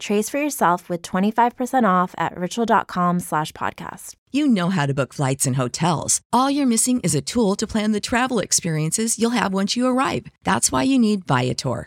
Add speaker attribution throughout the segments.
Speaker 1: Trace for yourself with 25% off at ritual.com slash podcast.
Speaker 2: You know how to book flights and hotels. All you're missing is a tool to plan the travel experiences you'll have once you arrive. That's why you need Viator.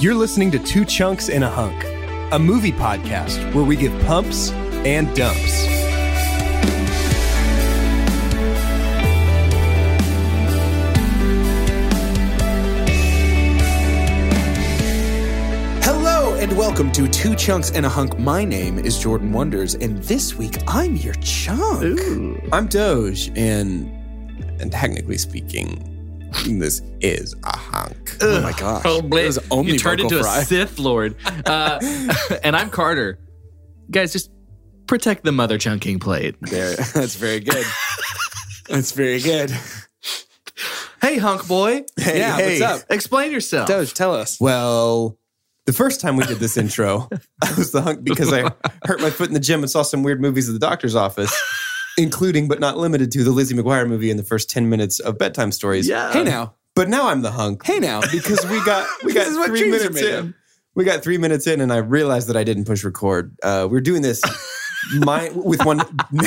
Speaker 3: You're listening to Two Chunks and a Hunk, a movie podcast where we give pumps and dumps.
Speaker 4: Hello and welcome to Two Chunks and a Hunk. My name is Jordan Wonders, and this week I'm your chunk.
Speaker 5: I'm Doge, and and technically speaking, this is a hunk.
Speaker 4: Oh my gosh!
Speaker 5: Probably.
Speaker 4: That was only
Speaker 6: you turned
Speaker 4: vocal
Speaker 6: into
Speaker 4: fry.
Speaker 6: a Sith Lord. Uh, and I'm Carter. Guys, just protect the mother chunking plate.
Speaker 5: There, that's very good. that's very good.
Speaker 6: Hey, hunk boy,
Speaker 5: Hey,
Speaker 4: Yeah,
Speaker 5: hey,
Speaker 4: what's up?
Speaker 6: explain yourself.
Speaker 5: Doge, tell us. Well, the first time we did this intro, I was the hunk because I hurt my foot in the gym and saw some weird movies at the doctor's office, including but not limited to the Lizzie McGuire movie in the first ten minutes of bedtime stories.
Speaker 6: Yeah.
Speaker 4: Hey now,
Speaker 5: But now I'm the hunk.
Speaker 4: hey now.
Speaker 5: because we got we
Speaker 4: This
Speaker 5: got
Speaker 4: is what
Speaker 5: three
Speaker 4: dreams are
Speaker 5: minutes
Speaker 4: made
Speaker 5: in. We got three minutes in, and I realized that I didn't push record. Uh, we're doing this my, with one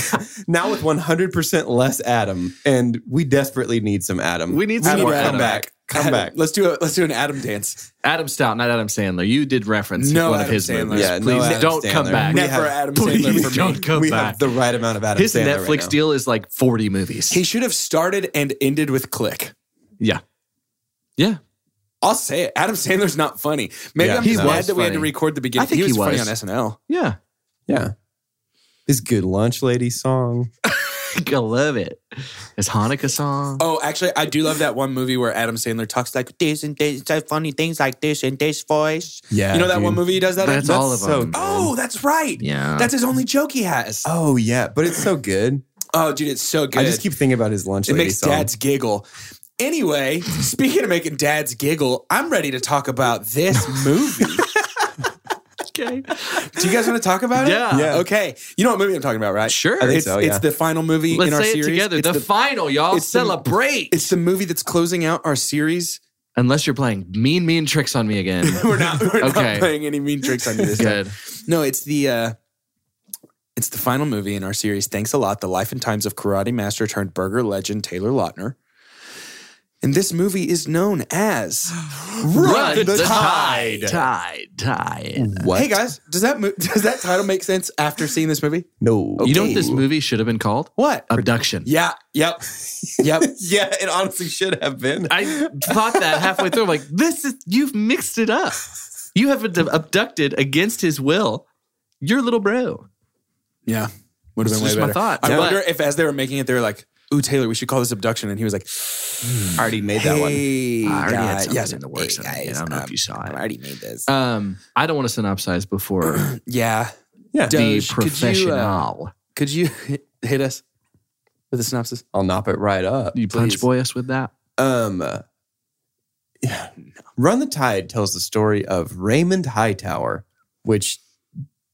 Speaker 5: now with one hundred percent less Adam, and we desperately need some Adam.
Speaker 6: We need
Speaker 5: Adam,
Speaker 6: some more
Speaker 5: come
Speaker 6: Adam.
Speaker 5: back, come
Speaker 4: Adam,
Speaker 5: back.
Speaker 4: Let's do a let's do an Adam dance.
Speaker 6: Adam Stout, not Adam Sandler. You did reference
Speaker 4: No
Speaker 6: one of
Speaker 4: Adam
Speaker 6: his
Speaker 4: Sandler.
Speaker 6: movies.
Speaker 5: Yeah, no
Speaker 6: Please
Speaker 5: Adam
Speaker 6: don't come
Speaker 5: Sandler.
Speaker 6: back.
Speaker 5: We
Speaker 4: Never
Speaker 5: have-
Speaker 4: Adam
Speaker 6: Please
Speaker 4: Sandler for me.
Speaker 6: don't come
Speaker 5: we
Speaker 6: back.
Speaker 5: have the right amount of Adam.
Speaker 6: his
Speaker 5: Sandler
Speaker 6: Netflix
Speaker 5: right now.
Speaker 6: deal is like 40 movies.
Speaker 4: He should have started and ended with click.
Speaker 6: yeah. Yeah.
Speaker 4: I'll say it. Adam Sandler's not funny. Maybe
Speaker 5: Yeah,
Speaker 4: I'm
Speaker 5: he
Speaker 4: just mad
Speaker 6: was
Speaker 4: that we had to
Speaker 6: funny.
Speaker 4: record the beginning.
Speaker 6: I think
Speaker 4: he was,
Speaker 6: he
Speaker 4: funny on
Speaker 6: was.
Speaker 4: SNL.
Speaker 6: Yeah.
Speaker 5: Yeah, his good lunch lady song.
Speaker 6: I love it. His Hanukkah song.
Speaker 4: Oh, actually, I do love that one movie where Adam Sandler talks like this and this, like funny things like this and this voice.
Speaker 5: Yeah,
Speaker 4: you know that one
Speaker 5: dude.
Speaker 4: movie he does that. in?
Speaker 6: That's, all of
Speaker 5: Oh, so-
Speaker 6: them. man.
Speaker 4: Oh, that's right.
Speaker 6: Yeah.
Speaker 4: that's his only joke he has. Oh,
Speaker 5: Oh yeah, but it's so good.
Speaker 4: dude, it's so good.
Speaker 5: I just keep thinking about his lunch
Speaker 4: it
Speaker 5: lady
Speaker 4: makes
Speaker 6: um,
Speaker 5: song.
Speaker 4: dads giggle. Anyway, speaking of making dads giggle, I'm ready to talk about this movie.
Speaker 6: okay.
Speaker 4: do you guys want to talk about it?
Speaker 6: Yeah.
Speaker 5: Yeah.
Speaker 4: Okay. You know what movie I'm talking about, right?
Speaker 6: Sure. I think
Speaker 4: It's,
Speaker 5: so,
Speaker 4: it's
Speaker 5: yeah.
Speaker 4: the final movie
Speaker 6: Let's
Speaker 4: in our
Speaker 6: say
Speaker 4: series.
Speaker 6: it together.
Speaker 4: It's
Speaker 6: the, final, y'all.
Speaker 4: it's the-
Speaker 6: Celebrate.
Speaker 4: it's the movie that's closing out our series.
Speaker 6: Unless you're playing mean, mean tricks on me again.
Speaker 4: We're not we're
Speaker 6: Okay.
Speaker 4: not playing any mean tricks on you this time.
Speaker 6: Good.
Speaker 4: No, it's the uh it's the final movie in our series. Thanks a lot. The life and times of karate master turned burger legend Taylor Lautner. And this movie is known as
Speaker 6: Run the,
Speaker 4: Tide.
Speaker 6: tide. Tide. Tide.
Speaker 5: What?
Speaker 4: Hey guys, does that mo- does that title make sense after seeing this movie?
Speaker 5: no.
Speaker 6: You know what this movie should have been called?
Speaker 4: What?
Speaker 6: Abduction.
Speaker 4: Yeah. Yep. Yep.
Speaker 5: Yeah, it honestly should have been.
Speaker 6: I thought that halfway through. I'm like, this is, you've mixed it up. You have ad- abducted against his will your little bro.
Speaker 4: yeah. Would have
Speaker 6: It's
Speaker 4: been way
Speaker 6: just my
Speaker 4: better.
Speaker 6: thought.
Speaker 4: I
Speaker 6: Yeah.
Speaker 4: wonder if as they were making it, they were like, "Ooh, Taylor, we should call this abduction," and he was like,
Speaker 6: Hmm.
Speaker 5: I already made
Speaker 6: I already
Speaker 4: "Hey,
Speaker 6: had
Speaker 4: guys."
Speaker 6: something
Speaker 4: Yes.
Speaker 6: in the works.
Speaker 4: Hey, um,
Speaker 6: and I did. I don't know if you saw
Speaker 4: I
Speaker 6: it.
Speaker 4: already made this.
Speaker 6: Um, I don't want to synopsize before
Speaker 4: Um, yeah.
Speaker 5: Yeah.
Speaker 6: the
Speaker 4: Doge, could you, uh,
Speaker 6: professional.
Speaker 4: Could you hit us with a synopsis?
Speaker 5: I'll nop it right up.
Speaker 6: you punch
Speaker 4: please.
Speaker 6: boy us with that?
Speaker 5: Um, uh, yeah. Run the Tide tells the story of Raymond Hightower, which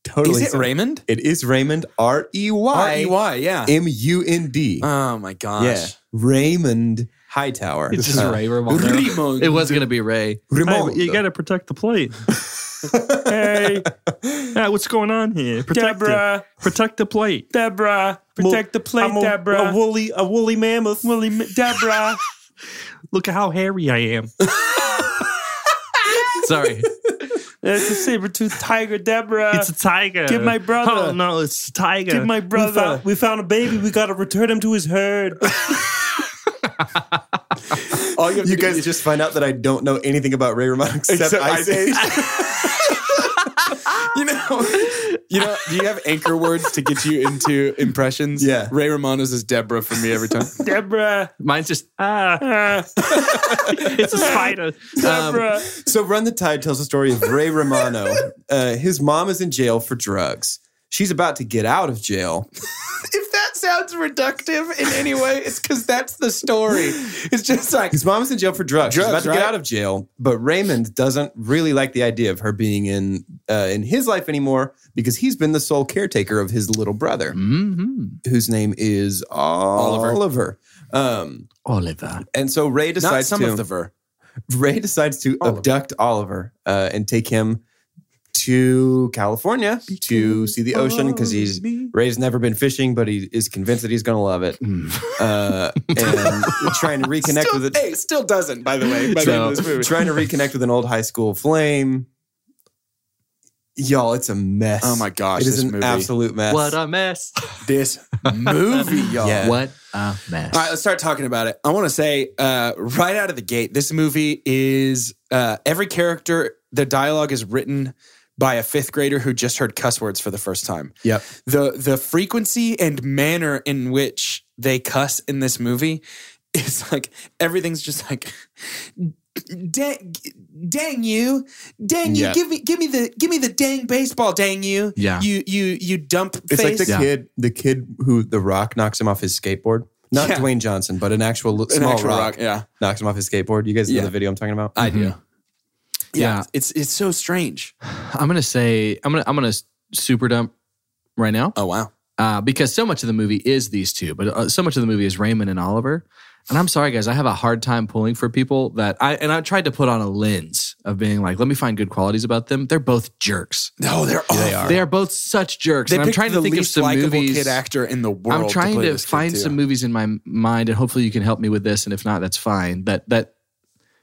Speaker 5: totally
Speaker 4: Is it Raymond?
Speaker 5: It is Raymond R E
Speaker 4: R E
Speaker 5: Y
Speaker 4: Y, yeah.
Speaker 5: M U N D.
Speaker 4: Oh my
Speaker 5: Yeah,
Speaker 4: gosh.
Speaker 5: Raymond Hightower.
Speaker 6: It's just
Speaker 5: Uh,
Speaker 6: Ray Romano.
Speaker 4: Raymond.
Speaker 6: It was going to be Ray.
Speaker 5: Raymond.
Speaker 7: to protect the plate. hey, yeah, what's going on here? Protect Deborah, protect the plate. Deborah, protect the plate.
Speaker 5: I'm a-
Speaker 7: Deborah,
Speaker 5: a
Speaker 7: woolly, a woolly mammoth. Woolly, ma- Deborah. Look at how hairy I am.
Speaker 6: Sorry.
Speaker 7: It's a saber-toothed tiger, Deborah.
Speaker 8: It's a tiger.
Speaker 7: Give my brother-
Speaker 8: Oh no, it's a tiger.
Speaker 7: Give my brother.
Speaker 8: We found-
Speaker 7: we found a baby. We gotta return him to his herd.
Speaker 5: All you, you guys just find out that I don't know anything about Ray Romano except, Ice Age.
Speaker 4: you know, you know. Do you have anchor words to get you into impressions?
Speaker 5: Yeah.
Speaker 4: Ray Romano's is Deborah for me every time.
Speaker 7: Deborah.
Speaker 6: Mine's just
Speaker 8: Ah. it's a spider.
Speaker 7: Deborah.
Speaker 5: So Run the Tide tells the story of Ray Romano. Uh, his mom is in jail for drugs. She's about to get out of jail.
Speaker 4: if that sounds reductive in any way, it's because that's the story. It's just like
Speaker 5: His mom is in jail for drugs. She's about
Speaker 4: Drugs,
Speaker 5: to
Speaker 4: right?
Speaker 5: get out of jail, but Raymond doesn't really like the idea of her being in uh, in his life anymore because he's been the sole caretaker of his little brother,
Speaker 4: Mm-hmm. Mm.
Speaker 5: whose name is Oliver. Oliver. Um,
Speaker 6: Oliver.
Speaker 5: and so Ray
Speaker 4: not
Speaker 5: decides
Speaker 4: some
Speaker 5: to
Speaker 4: of the ver.
Speaker 5: Ray decides to abduct Oliver uh, and take him to California to see the ocean because he's Ray's never been fishing, but he is convinced that he's going to love it,
Speaker 4: Mm.
Speaker 5: uh, and trying to reconnect
Speaker 4: Still,
Speaker 5: with
Speaker 4: hey,
Speaker 5: it.
Speaker 4: still doesn't. By the way, by the end of this movie.
Speaker 5: Trying to reconnect with an old high school flame. Y'all, it's a mess.
Speaker 4: Oh my gosh,
Speaker 5: it is
Speaker 4: this
Speaker 5: an
Speaker 4: movie.
Speaker 5: absolute mess.
Speaker 6: What a mess.
Speaker 4: this movie, y'all.
Speaker 5: Yeah.
Speaker 6: What a mess.
Speaker 4: All right, let's start talking about it. I want to say uh, right out of the gate, this movie is uh, every character, the dialogue is written by a fifth grader who just heard cuss words for the first time.
Speaker 5: Yep.
Speaker 4: The the frequency and manner in which they cuss in this movie is like everything's just like dang, dang you, dang you,
Speaker 5: Yeah.
Speaker 4: give me give me the give me the dang baseball, dang you,
Speaker 6: Yeah.
Speaker 4: you you you dump
Speaker 5: It's
Speaker 4: face.
Speaker 5: like the
Speaker 6: Yeah.
Speaker 5: kid, the kid who the rock knocks him off his skateboard. Not
Speaker 4: Yeah.
Speaker 5: Dwayne Johnson, but an actual
Speaker 4: An
Speaker 5: small
Speaker 4: actual
Speaker 5: rock. Mm-hmm.
Speaker 4: yeah.
Speaker 5: knocks him off his skateboard. You guys
Speaker 4: Yeah.
Speaker 5: know the video I'm talking about?
Speaker 4: I do.
Speaker 6: Yeah.
Speaker 4: yeah, it's it's so strange.
Speaker 6: I'm gonna say I'm gonna I'm gonna super dump right now
Speaker 4: Oh wow.
Speaker 6: uh, because so much of the movie is these two, but uh, so much of the movie is Raymond and Oliver. And I'm sorry, guys, I have a hard time pulling for people that I and I tried to put on a lens of being like, let me find good qualities about them. They're both jerks.
Speaker 4: No, they're all. They are.
Speaker 6: They are both such jerks.
Speaker 4: They
Speaker 6: and I'm
Speaker 4: picked
Speaker 6: trying to
Speaker 4: the
Speaker 6: think of
Speaker 4: least
Speaker 6: some
Speaker 4: likable
Speaker 6: movies.
Speaker 4: kid actor in the world.
Speaker 6: I'm trying
Speaker 4: play
Speaker 6: to,
Speaker 4: this kid,
Speaker 6: find
Speaker 4: too.
Speaker 6: some movies in my mind, and hopefully you can help me with this. And if not, that's fine. That that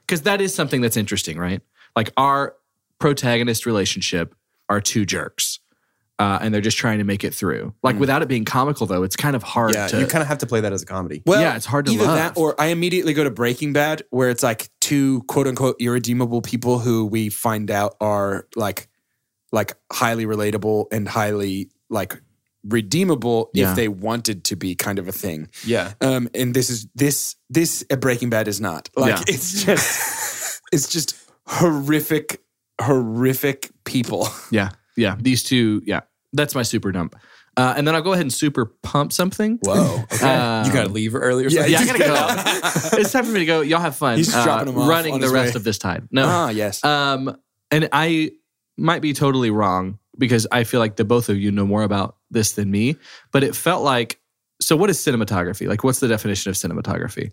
Speaker 6: because that is something that's interesting, right? Like our protagonist relationship are two jerks, uh, and they're just trying to make it through.
Speaker 4: Mm.
Speaker 6: Like without it being comical, though, it's kind of hard.
Speaker 5: Yeah,
Speaker 6: to,
Speaker 5: you kind of have to play that as a comedy.
Speaker 4: Well,
Speaker 6: yeah, it's hard to
Speaker 4: either
Speaker 6: love.
Speaker 4: that or I immediately go to Breaking Bad, where it's like two quote unquote irredeemable people who we find out are like, like highly relatable and highly like redeemable
Speaker 6: Yeah.
Speaker 4: if they wanted to be kind of a thing.
Speaker 5: Yeah.
Speaker 4: Um, and this is this this uh, Breaking Bad is not like
Speaker 6: Yeah.
Speaker 4: it's just it's just horrific horrific people.
Speaker 6: yeah, yeah, these two. Yeah, that's my super dump. Uh, and then I'll go ahead and super pump something.
Speaker 5: Whoa. Okay.
Speaker 6: Um,
Speaker 5: you got to leave early or something?
Speaker 6: Yeah, I gotta go. it's time for me to go. Y'all have fun. Uh,
Speaker 4: He's dropping 'em off
Speaker 6: running
Speaker 4: on
Speaker 6: the
Speaker 4: his
Speaker 6: rest
Speaker 4: way.
Speaker 6: of this tide. No,
Speaker 4: Ah, yes.
Speaker 6: Um, and I might be totally wrong because I feel like the both of you know more about this than me, but it felt like so what is cinematography? Like what's the definition of cinematography?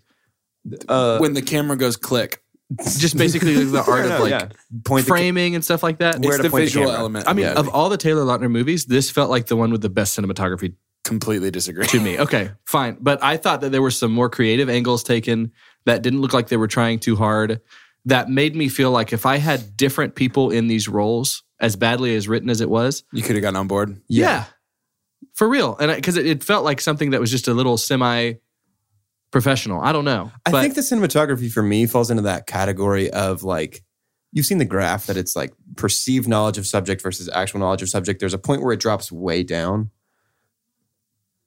Speaker 5: Uh,
Speaker 4: when the camera goes click,
Speaker 6: Just basically the art of
Speaker 5: no,
Speaker 6: like
Speaker 5: yeah. Point the
Speaker 6: framing and stuff like that.
Speaker 5: Where
Speaker 4: it's
Speaker 5: to
Speaker 4: the
Speaker 5: point the
Speaker 4: visual
Speaker 5: camera.
Speaker 4: element.
Speaker 6: I mean,
Speaker 4: Yeah.
Speaker 6: of all the Taylor Lautner movies, this felt like the one with the best cinematography
Speaker 4: completely disagree.
Speaker 6: to me. Okay, fine. But I thought that there were some more creative angles taken that didn't look like they were trying too hard. That made me feel like if I had different people in these roles, as badly as written as it was,
Speaker 4: You could have gotten on board.
Speaker 6: Yeah. For real. And because it, it felt like something that was just a little semi professional. I don't know.
Speaker 5: I
Speaker 6: But
Speaker 5: think the cinematography for me falls into that category of like, you've seen the graph that it's like perceived knowledge of subject versus actual knowledge of subject. There's a point where it drops way down.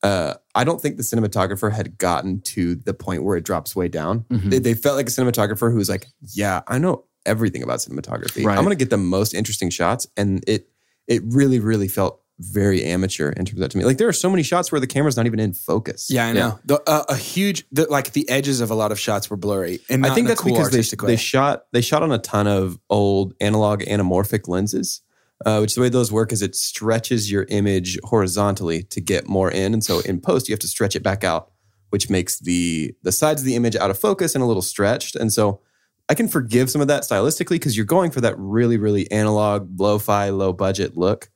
Speaker 5: Uh, I don't think the cinematographer had gotten to the point where it drops way down.
Speaker 6: Mhm.
Speaker 5: They, they felt like a cinematographer who was like, "Yeah, I know everything about cinematography.
Speaker 6: Right.
Speaker 5: I'm going to get the most interesting shots." And it it really really felt very amateur in terms of that to me. Like there are so many shots where the camera's not even in focus.
Speaker 4: Yeah, I know. The, uh, a huge, the, like the edges of a lot of shots were blurry, and not
Speaker 5: I think
Speaker 4: in a
Speaker 5: that's
Speaker 4: cool
Speaker 5: because
Speaker 4: artistic
Speaker 5: they,
Speaker 4: way.
Speaker 5: they shot they shot on a ton of old analog anamorphic lenses, uh, which the way those work is it stretches your image horizontally to get more in, and so in post you have to stretch it back out, which makes the the sides of the image out of focus and a little stretched, and so I can forgive some of that stylistically because you're going for that really really analog, lo-fi, low budget look.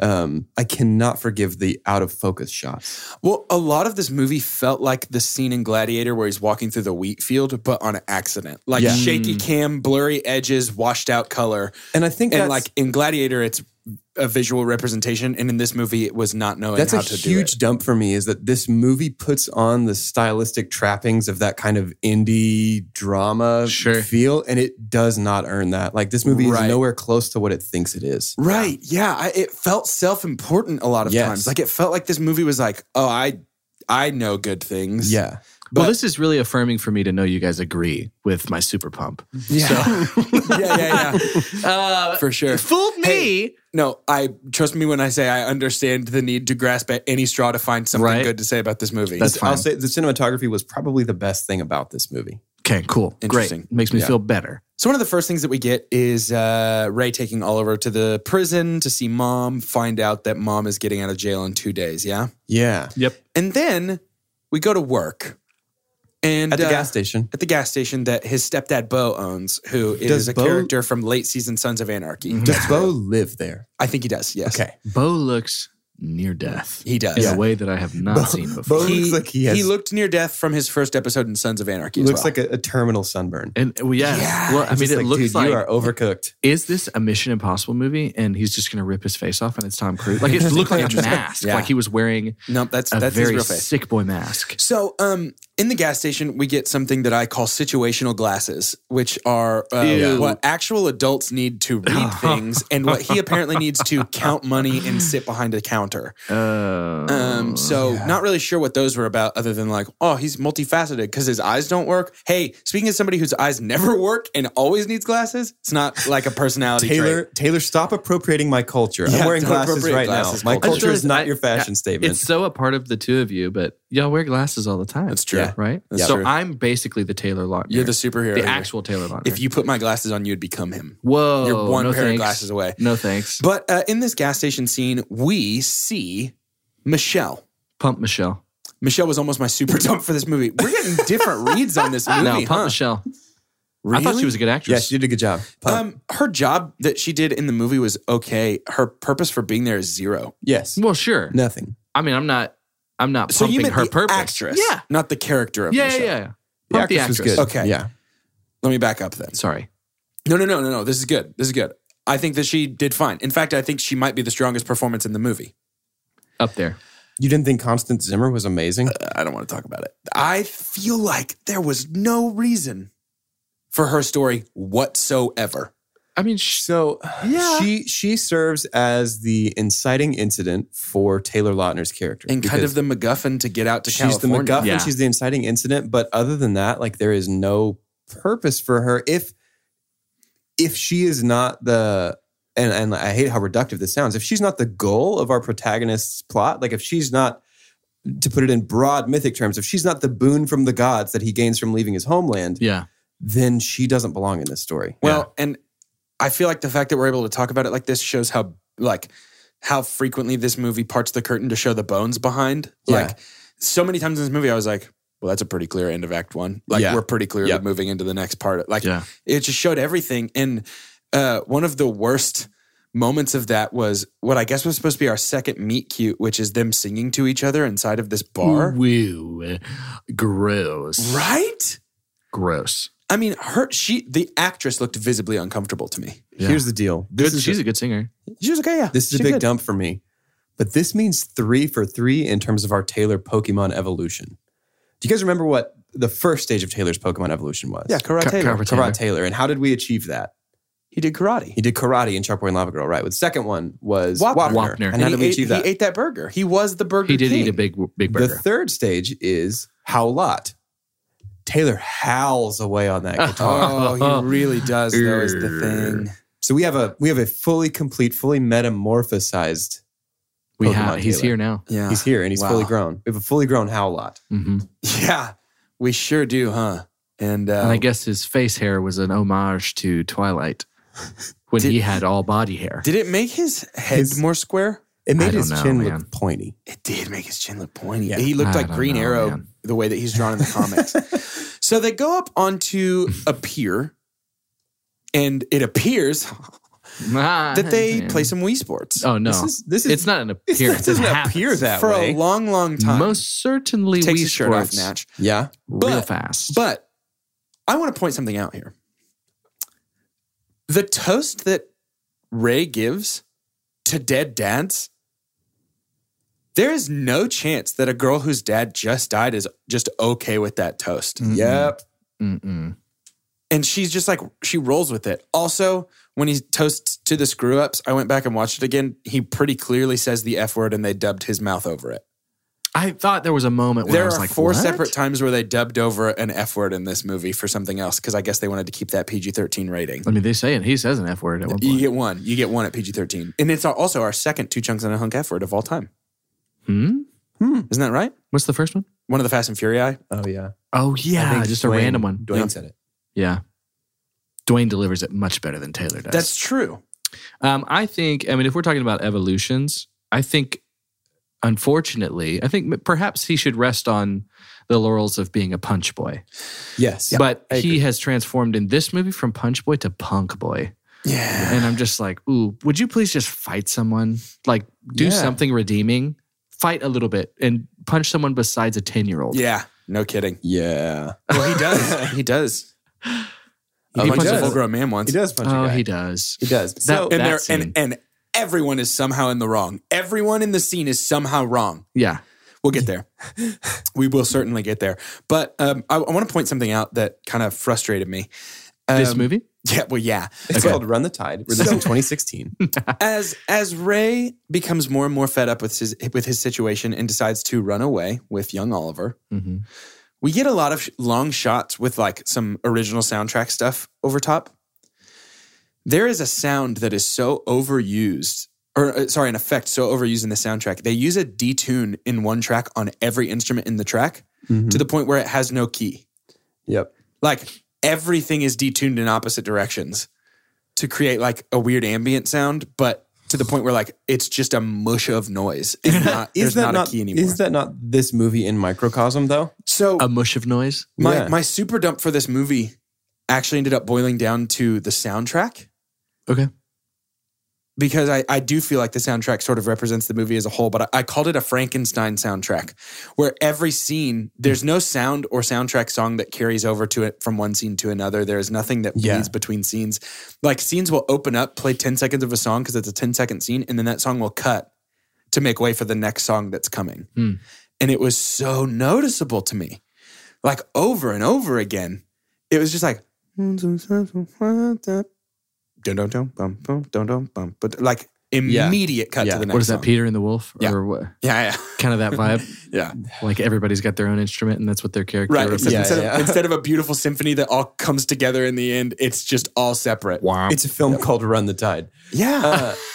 Speaker 5: Um, I cannot forgive the out of focus shots.
Speaker 4: Well, a lot of this movie felt like the scene in Gladiator where he's walking through the wheat field, but on accident. Like
Speaker 5: Yeah.
Speaker 4: shaky cam, blurry edges, washed out color.
Speaker 5: And I think
Speaker 4: And
Speaker 5: that's-
Speaker 4: like in Gladiator, it's a visual representation. And in this movie, it was not knowing
Speaker 5: That's a
Speaker 4: how to do
Speaker 5: huge
Speaker 4: it.
Speaker 5: dump for me is that this movie puts on the stylistic trappings of that kind of indie drama
Speaker 6: Sure.
Speaker 5: feel, and it does not earn that. Like this movie
Speaker 4: Right.
Speaker 5: is nowhere close to what it thinks it is.
Speaker 4: Right. Yeah. I, it felt self important a lot of
Speaker 5: Yes.
Speaker 4: times. Like it felt like this movie was like, oh, I I know good things.
Speaker 5: Yeah.
Speaker 6: well, this is really affirming for me to know you guys agree with my super pump.
Speaker 4: Yeah. yeah. Yeah. Yeah.
Speaker 6: Uh,
Speaker 4: For sure.
Speaker 6: fooled me.
Speaker 4: Hey, No, I trust me when I say I understand the need to grasp at any straw to find something
Speaker 6: Right.
Speaker 4: good to say about this movie.
Speaker 6: That's
Speaker 5: I'll
Speaker 6: fine.
Speaker 5: say the cinematography was probably the best thing about this movie.
Speaker 6: Okay, cool. Great.
Speaker 4: Interesting.
Speaker 6: Makes me
Speaker 5: Yeah.
Speaker 6: feel better.
Speaker 4: So one of the first things that we get is uh, Ray taking Oliver to the prison to see mom, find out that mom is getting out of jail in two days. Yeah,
Speaker 5: Yeah.
Speaker 4: and then we go to work, and
Speaker 5: At the
Speaker 4: uh,
Speaker 5: gas station.
Speaker 4: at the gas station that his stepdad Bo owns, who is
Speaker 5: Does
Speaker 4: a
Speaker 5: Bo-
Speaker 4: character from late season Sons of Anarchy.
Speaker 5: Does Bo live there?
Speaker 4: I think he does. Yes,
Speaker 5: Okay.
Speaker 6: Bo looks near death
Speaker 4: he does.
Speaker 6: in a way that I have not seen before.
Speaker 5: Bo
Speaker 4: He,
Speaker 5: looks like he has
Speaker 4: he looked near death from his first episode in Sons of Anarchy. as
Speaker 5: looks
Speaker 4: well.
Speaker 5: like a, a terminal sunburn.
Speaker 6: and well, yeah.
Speaker 4: Yeah,
Speaker 6: well, I
Speaker 5: It's
Speaker 6: mean,
Speaker 5: just
Speaker 6: it
Speaker 5: like,
Speaker 6: looks
Speaker 5: dude,
Speaker 6: like
Speaker 5: you are overcooked.
Speaker 6: is this a Mission Impossible movie? And he's just going to rip his face off, and it's Tom Cruise. Like it looked like a mask.
Speaker 4: Yeah.
Speaker 6: Like he was wearing
Speaker 4: no, that's
Speaker 6: a
Speaker 4: that's his
Speaker 6: very
Speaker 4: real face.
Speaker 6: sick boy mask.
Speaker 4: So, um, in the gas station, we get something that I call situational glasses, which are uh,
Speaker 6: Ew.
Speaker 4: what actual adults need to read things, and what he apparently needs to count money and sit behind a counter.
Speaker 6: Uh,
Speaker 4: Um, so, not really sure what those were about, other than like, oh, he's multifaceted because his eyes don't work. Hey, speaking of somebody whose eyes never work and always needs glasses, it's not like a personality
Speaker 5: Taylor,
Speaker 4: trait.
Speaker 5: Taylor, stop appropriating my culture.
Speaker 4: Yeah,
Speaker 5: I'm wearing
Speaker 4: don't
Speaker 5: glasses
Speaker 4: appropriate
Speaker 5: right
Speaker 4: glasses
Speaker 5: now. My
Speaker 4: culture.
Speaker 5: culture
Speaker 6: I
Speaker 5: is
Speaker 6: just-
Speaker 5: not
Speaker 6: I-
Speaker 5: your fashion statement.
Speaker 6: it's so a part of the two of you, but y'all wear glasses all the time. That's
Speaker 4: true.
Speaker 6: right?
Speaker 4: That's
Speaker 6: so
Speaker 4: true.
Speaker 6: I'm basically the Taylor Lautner.
Speaker 4: You're the superhero.
Speaker 6: the
Speaker 4: here.
Speaker 6: actual Taylor Lautner.
Speaker 4: If you put my glasses on, you'd become him.
Speaker 6: whoa,
Speaker 4: You're one
Speaker 6: no
Speaker 4: pair
Speaker 6: thanks.
Speaker 4: of glasses away.
Speaker 6: No thanks.
Speaker 4: But uh, in this gas station scene, we see Michelle.
Speaker 6: Pump Michelle.
Speaker 4: Michelle was almost my super dump for this movie. We're getting different reads on this movie.
Speaker 6: no, Pump
Speaker 4: huh?
Speaker 6: Michelle. I thought she was a good
Speaker 5: yeah,
Speaker 6: actress.
Speaker 5: she did a good job. Pump.
Speaker 4: Um, her job that she did in the movie was okay. Her purpose for being there is zero.
Speaker 5: yes.
Speaker 6: well, sure.
Speaker 5: Nothing.
Speaker 6: I mean, I'm not. I'm not
Speaker 4: So
Speaker 6: pumping
Speaker 4: you meant
Speaker 6: her
Speaker 4: the
Speaker 6: purpose.
Speaker 4: actress,
Speaker 6: Yeah.
Speaker 4: not the character of
Speaker 6: Yeah, yeah,
Speaker 4: Michelle.
Speaker 6: yeah.
Speaker 5: The
Speaker 6: Pump
Speaker 5: actress, was good.
Speaker 4: Okay.
Speaker 5: Yeah.
Speaker 4: Let me back up then.
Speaker 6: Sorry.
Speaker 4: No, no, no, no, no. This is good. This is good. I think that she did fine. In fact, I think she might be the strongest performance in the movie.
Speaker 6: Up there.
Speaker 5: You didn't think Constance Zimmer was amazing?
Speaker 4: Uh, I don't want to talk about it. I feel like there was no reason for her story whatsoever.
Speaker 6: I mean, sh-
Speaker 5: So she she serves as the inciting incident for Taylor Lautner's character.
Speaker 4: And kind
Speaker 5: because
Speaker 4: of the MacGuffin to get out to
Speaker 5: she's the
Speaker 4: California.
Speaker 5: MacGuffin,
Speaker 6: Yeah.
Speaker 5: she's the inciting incident. But other than that, like there is no purpose for her if if she is not the and, and I hate how reductive this sounds. If she's not the goal of our protagonist's plot, like if she's not to put it in broad mythic terms, if she's not the boon from the gods that he gains from leaving his homeland,
Speaker 6: yeah.
Speaker 5: then she doesn't belong in this story.
Speaker 4: Well, and I feel like the fact that we're able to talk about it like this shows how like how frequently this movie parts the curtain to show the bones behind.
Speaker 5: Yeah.
Speaker 4: Like so many times in this movie, I was like, "Well, that's a pretty clear end of Act One. Like
Speaker 5: Yeah.
Speaker 4: we're pretty clearly
Speaker 5: Yep.
Speaker 4: moving into the next part." Like
Speaker 6: Yeah.
Speaker 4: it just showed everything. And uh, one of the worst moments of that was what I guess was supposed to be our second meet cute, which is them singing to each other inside of this bar.
Speaker 6: Woo. Gross.
Speaker 4: Right?
Speaker 6: Gross.
Speaker 4: I mean, her she the actress looked visibly uncomfortable to me.
Speaker 6: Yeah.
Speaker 5: Here's the deal. This
Speaker 6: good.
Speaker 5: is
Speaker 6: She's a, good singer.
Speaker 4: She was okay, yeah.
Speaker 5: This is
Speaker 4: She
Speaker 5: a big
Speaker 4: good.
Speaker 5: dump for me. But this means three for three in terms of our Taylor Pokemon evolution. Do you guys remember what the first stage of Taylor's Pokemon evolution was?
Speaker 4: Yeah, karate.
Speaker 6: Ca- Carver Taylor.
Speaker 5: Karate Taylor. And how did we achieve that?
Speaker 4: He did karate.
Speaker 5: He did karate in Sharkboy and Lava Girl, right? The second one was
Speaker 4: Wapner.
Speaker 5: Wapner.
Speaker 6: Wapner.
Speaker 5: And, how
Speaker 4: he
Speaker 5: did we
Speaker 4: ate-
Speaker 5: achieve that?
Speaker 4: He ate that burger. He was the burger.
Speaker 6: He did
Speaker 4: king.
Speaker 6: eat a big, big
Speaker 5: the
Speaker 6: burger.
Speaker 5: third stage is Howlot. Taylor howls away on that guitar.
Speaker 4: Oh, he really does. Though is the thing.
Speaker 5: so we have a we have a fully complete, fully metamorphosized.
Speaker 6: we
Speaker 5: Pokemon
Speaker 6: have. He's
Speaker 5: Taylor.
Speaker 6: here now.
Speaker 4: Yeah,
Speaker 5: He's here and he's
Speaker 4: Ah, Wow.
Speaker 5: fully grown. We have a fully grown Howlot.
Speaker 6: hmm
Speaker 4: yeah. We sure do, huh? And, uh,
Speaker 6: and I guess his face hair was an homage to Twilight when he had all body hair.
Speaker 4: did it make his head
Speaker 5: His-
Speaker 4: more square?
Speaker 5: It
Speaker 6: I
Speaker 5: made
Speaker 6: don't
Speaker 5: his
Speaker 6: know,
Speaker 5: chin
Speaker 6: man.
Speaker 5: look pointy.
Speaker 4: It did make his chin look pointy. He looked
Speaker 6: I
Speaker 4: like
Speaker 6: don't
Speaker 4: Green
Speaker 6: know,
Speaker 4: Arrow
Speaker 6: man.
Speaker 4: the way that he's drawn in the comics. so they go up onto a pier, and it appears that they play some Wii Sports.
Speaker 6: Ah, Oh no,
Speaker 5: This is- this is-
Speaker 6: it's not an
Speaker 5: It's-
Speaker 6: appearance.
Speaker 5: it doesn't
Speaker 6: It
Speaker 5: appear
Speaker 6: happens.
Speaker 5: that
Speaker 4: for
Speaker 5: way.
Speaker 4: a long, long time.
Speaker 6: Most certainly,
Speaker 4: takes
Speaker 6: Wii
Speaker 4: his shirt
Speaker 6: Sports
Speaker 4: off, Natch.
Speaker 5: yeah.
Speaker 6: real
Speaker 4: But-
Speaker 6: fast.
Speaker 4: But I want to point something out here. The toast that Ray gives to dead dads, there is no chance that a girl whose dad just died is just okay with that toast.
Speaker 5: Yep.
Speaker 6: Mm-mm.
Speaker 4: And she's just like, she rolls with it. Also, when he toasts to the screw ups, I went back and watched it again. He pretty clearly says the F word and they dubbed his mouth over it.
Speaker 6: I thought there was a moment where
Speaker 4: there
Speaker 6: I was
Speaker 4: are
Speaker 6: like,
Speaker 4: four
Speaker 6: what?
Speaker 4: separate times where they dubbed over an F word in this movie for something else because I guess they wanted to keep that PG 13 rating.
Speaker 6: I mean, they say it. He says an F word at one
Speaker 4: You
Speaker 6: point.
Speaker 4: get one. You get one at PG 13. And it's also our second two chunks and a hunk F word of all time.
Speaker 6: Hmm?
Speaker 4: Isn't that right?
Speaker 6: What's the first one?
Speaker 4: One of the Fast and Furious.
Speaker 5: Oh yeah.
Speaker 6: Oh yeah,
Speaker 5: think
Speaker 6: just a
Speaker 5: Dwayne-
Speaker 6: random one.
Speaker 5: Dwayne
Speaker 6: yeah.
Speaker 5: said it.
Speaker 6: Yeah. Dwayne delivers it much better than Taylor does.
Speaker 4: That's true.
Speaker 6: Um, I think, I mean, if we're talking about evolutions, I think, unfortunately, I think m- perhaps he should rest on the laurels of being a punch boy.
Speaker 5: Yes.
Speaker 6: but
Speaker 5: I
Speaker 6: he
Speaker 5: agree.
Speaker 6: has transformed in this movie from punch boy to punk boy.
Speaker 4: Yeah.
Speaker 6: And I'm just like, ooh, would you please just fight someone? Like, do
Speaker 5: Yeah.
Speaker 6: something redeeming, fight a little bit, and punch someone besides a 10 year old.
Speaker 4: Yeah. No kidding.
Speaker 5: yeah.
Speaker 4: Well, he does. he does. He,
Speaker 5: Oh, he
Speaker 4: punched a
Speaker 5: does.
Speaker 4: full grown man once.
Speaker 5: He does punch a
Speaker 6: Oh,
Speaker 5: guy.
Speaker 6: he does.
Speaker 5: He does. So
Speaker 6: That-
Speaker 4: And, there,
Speaker 6: that
Speaker 4: and, and everyone is somehow in the wrong. Everyone in the scene is somehow wrong.
Speaker 6: Yeah.
Speaker 4: We'll get there. we will certainly get there. But um, I, I want to point something out that kind of frustrated me.
Speaker 6: This
Speaker 4: Um,
Speaker 6: movie?
Speaker 4: Yeah. Well, yeah.
Speaker 5: it's
Speaker 6: Okay.
Speaker 5: called Run the Tide. Released in 2016.
Speaker 4: as as Ray becomes more and more fed up with his with his situation and decides to run away with young Oliver,
Speaker 6: Mm-hmm.
Speaker 4: we get a lot of sh- long shots with like some original soundtrack stuff over top. There is a sound that is so overused, or uh, sorry, an effect so overused in the soundtrack. They use a detune in one track on every instrument in the track
Speaker 6: Mm-hmm.
Speaker 5: Hmm.
Speaker 4: to the point where it has no key.
Speaker 5: Yep.
Speaker 4: Like everything is detuned in opposite directions to create like a weird ambient sound, but to the point where like it's just a mush of noise. It's not,
Speaker 5: Is
Speaker 4: there's
Speaker 5: that
Speaker 4: not,
Speaker 5: not,
Speaker 4: a key anymore.
Speaker 5: is that not this movie in microcosm though?
Speaker 4: so
Speaker 6: A mush of noise.
Speaker 4: my
Speaker 5: Yeah.
Speaker 4: my super dump for this movie actually ended up boiling down to the soundtrack.
Speaker 6: Okay.
Speaker 4: Because I, I do feel like the soundtrack sort of represents the movie as a whole, but I, I called it a Frankenstein soundtrack, where every scene, there's no sound or soundtrack song that carries over to it from one scene to another. There is nothing that
Speaker 5: Yeah.
Speaker 4: bleeds between scenes. Like scenes will open up, play 10 seconds of a song because it's a 10 second scene, and then that song will cut to make way for the next song that's coming.
Speaker 6: Hmm.
Speaker 4: And it was so noticeable to me like over and over again. It was just like dun dun dun bum bum dun dun bum, but like immediate cut
Speaker 5: Yeah.
Speaker 4: to the next.
Speaker 6: What is that,
Speaker 4: song.
Speaker 6: Peter and the Wolf?
Speaker 4: Yeah.
Speaker 6: Or what?
Speaker 4: Yeah,
Speaker 6: Kind of that vibe.
Speaker 4: yeah, yeah.
Speaker 6: like everybody's got their own instrument and that's what their character
Speaker 4: Right.
Speaker 6: represents.
Speaker 4: Except
Speaker 5: Yeah,
Speaker 4: instead,
Speaker 5: yeah.
Speaker 4: Of, instead of a beautiful symphony that all comes together in the end, it's just all separate.
Speaker 6: Wow.
Speaker 5: It's a film called Run the Tide.
Speaker 4: Yeah.
Speaker 5: Uh,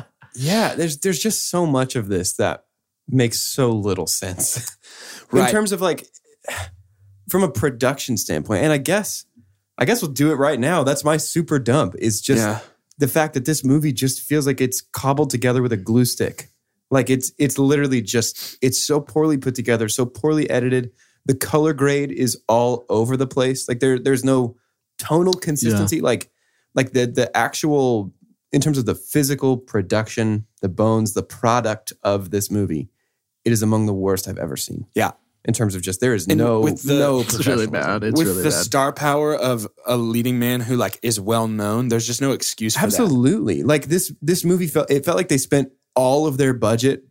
Speaker 5: Yeah, there's there's just so much of this that makes so little sense.
Speaker 4: Right.
Speaker 5: In terms of like from a production standpoint. And I guess I guess we'll do it right now. That's my super dump. Is just
Speaker 4: Yeah.
Speaker 5: the fact that this movie just feels like it's cobbled together with a glue stick. Like it's it's literally just it's so poorly put together, so poorly edited. The color grade is all over the place. Like there there's no tonal consistency. Like like the the actual in terms of the physical production, the bones, the product of this movie, it is among the worst I've ever seen.
Speaker 4: Yeah.
Speaker 5: In terms of just there is
Speaker 4: And
Speaker 5: no
Speaker 4: with the-
Speaker 5: no
Speaker 6: It's really
Speaker 5: professionalism.
Speaker 6: bad. It's
Speaker 4: With
Speaker 6: really
Speaker 4: the
Speaker 6: bad.
Speaker 4: star power of a leading man who like is well known, there's just no excuse for that.
Speaker 5: Absolutely. Like this this movie felt it felt like they spent all of their budget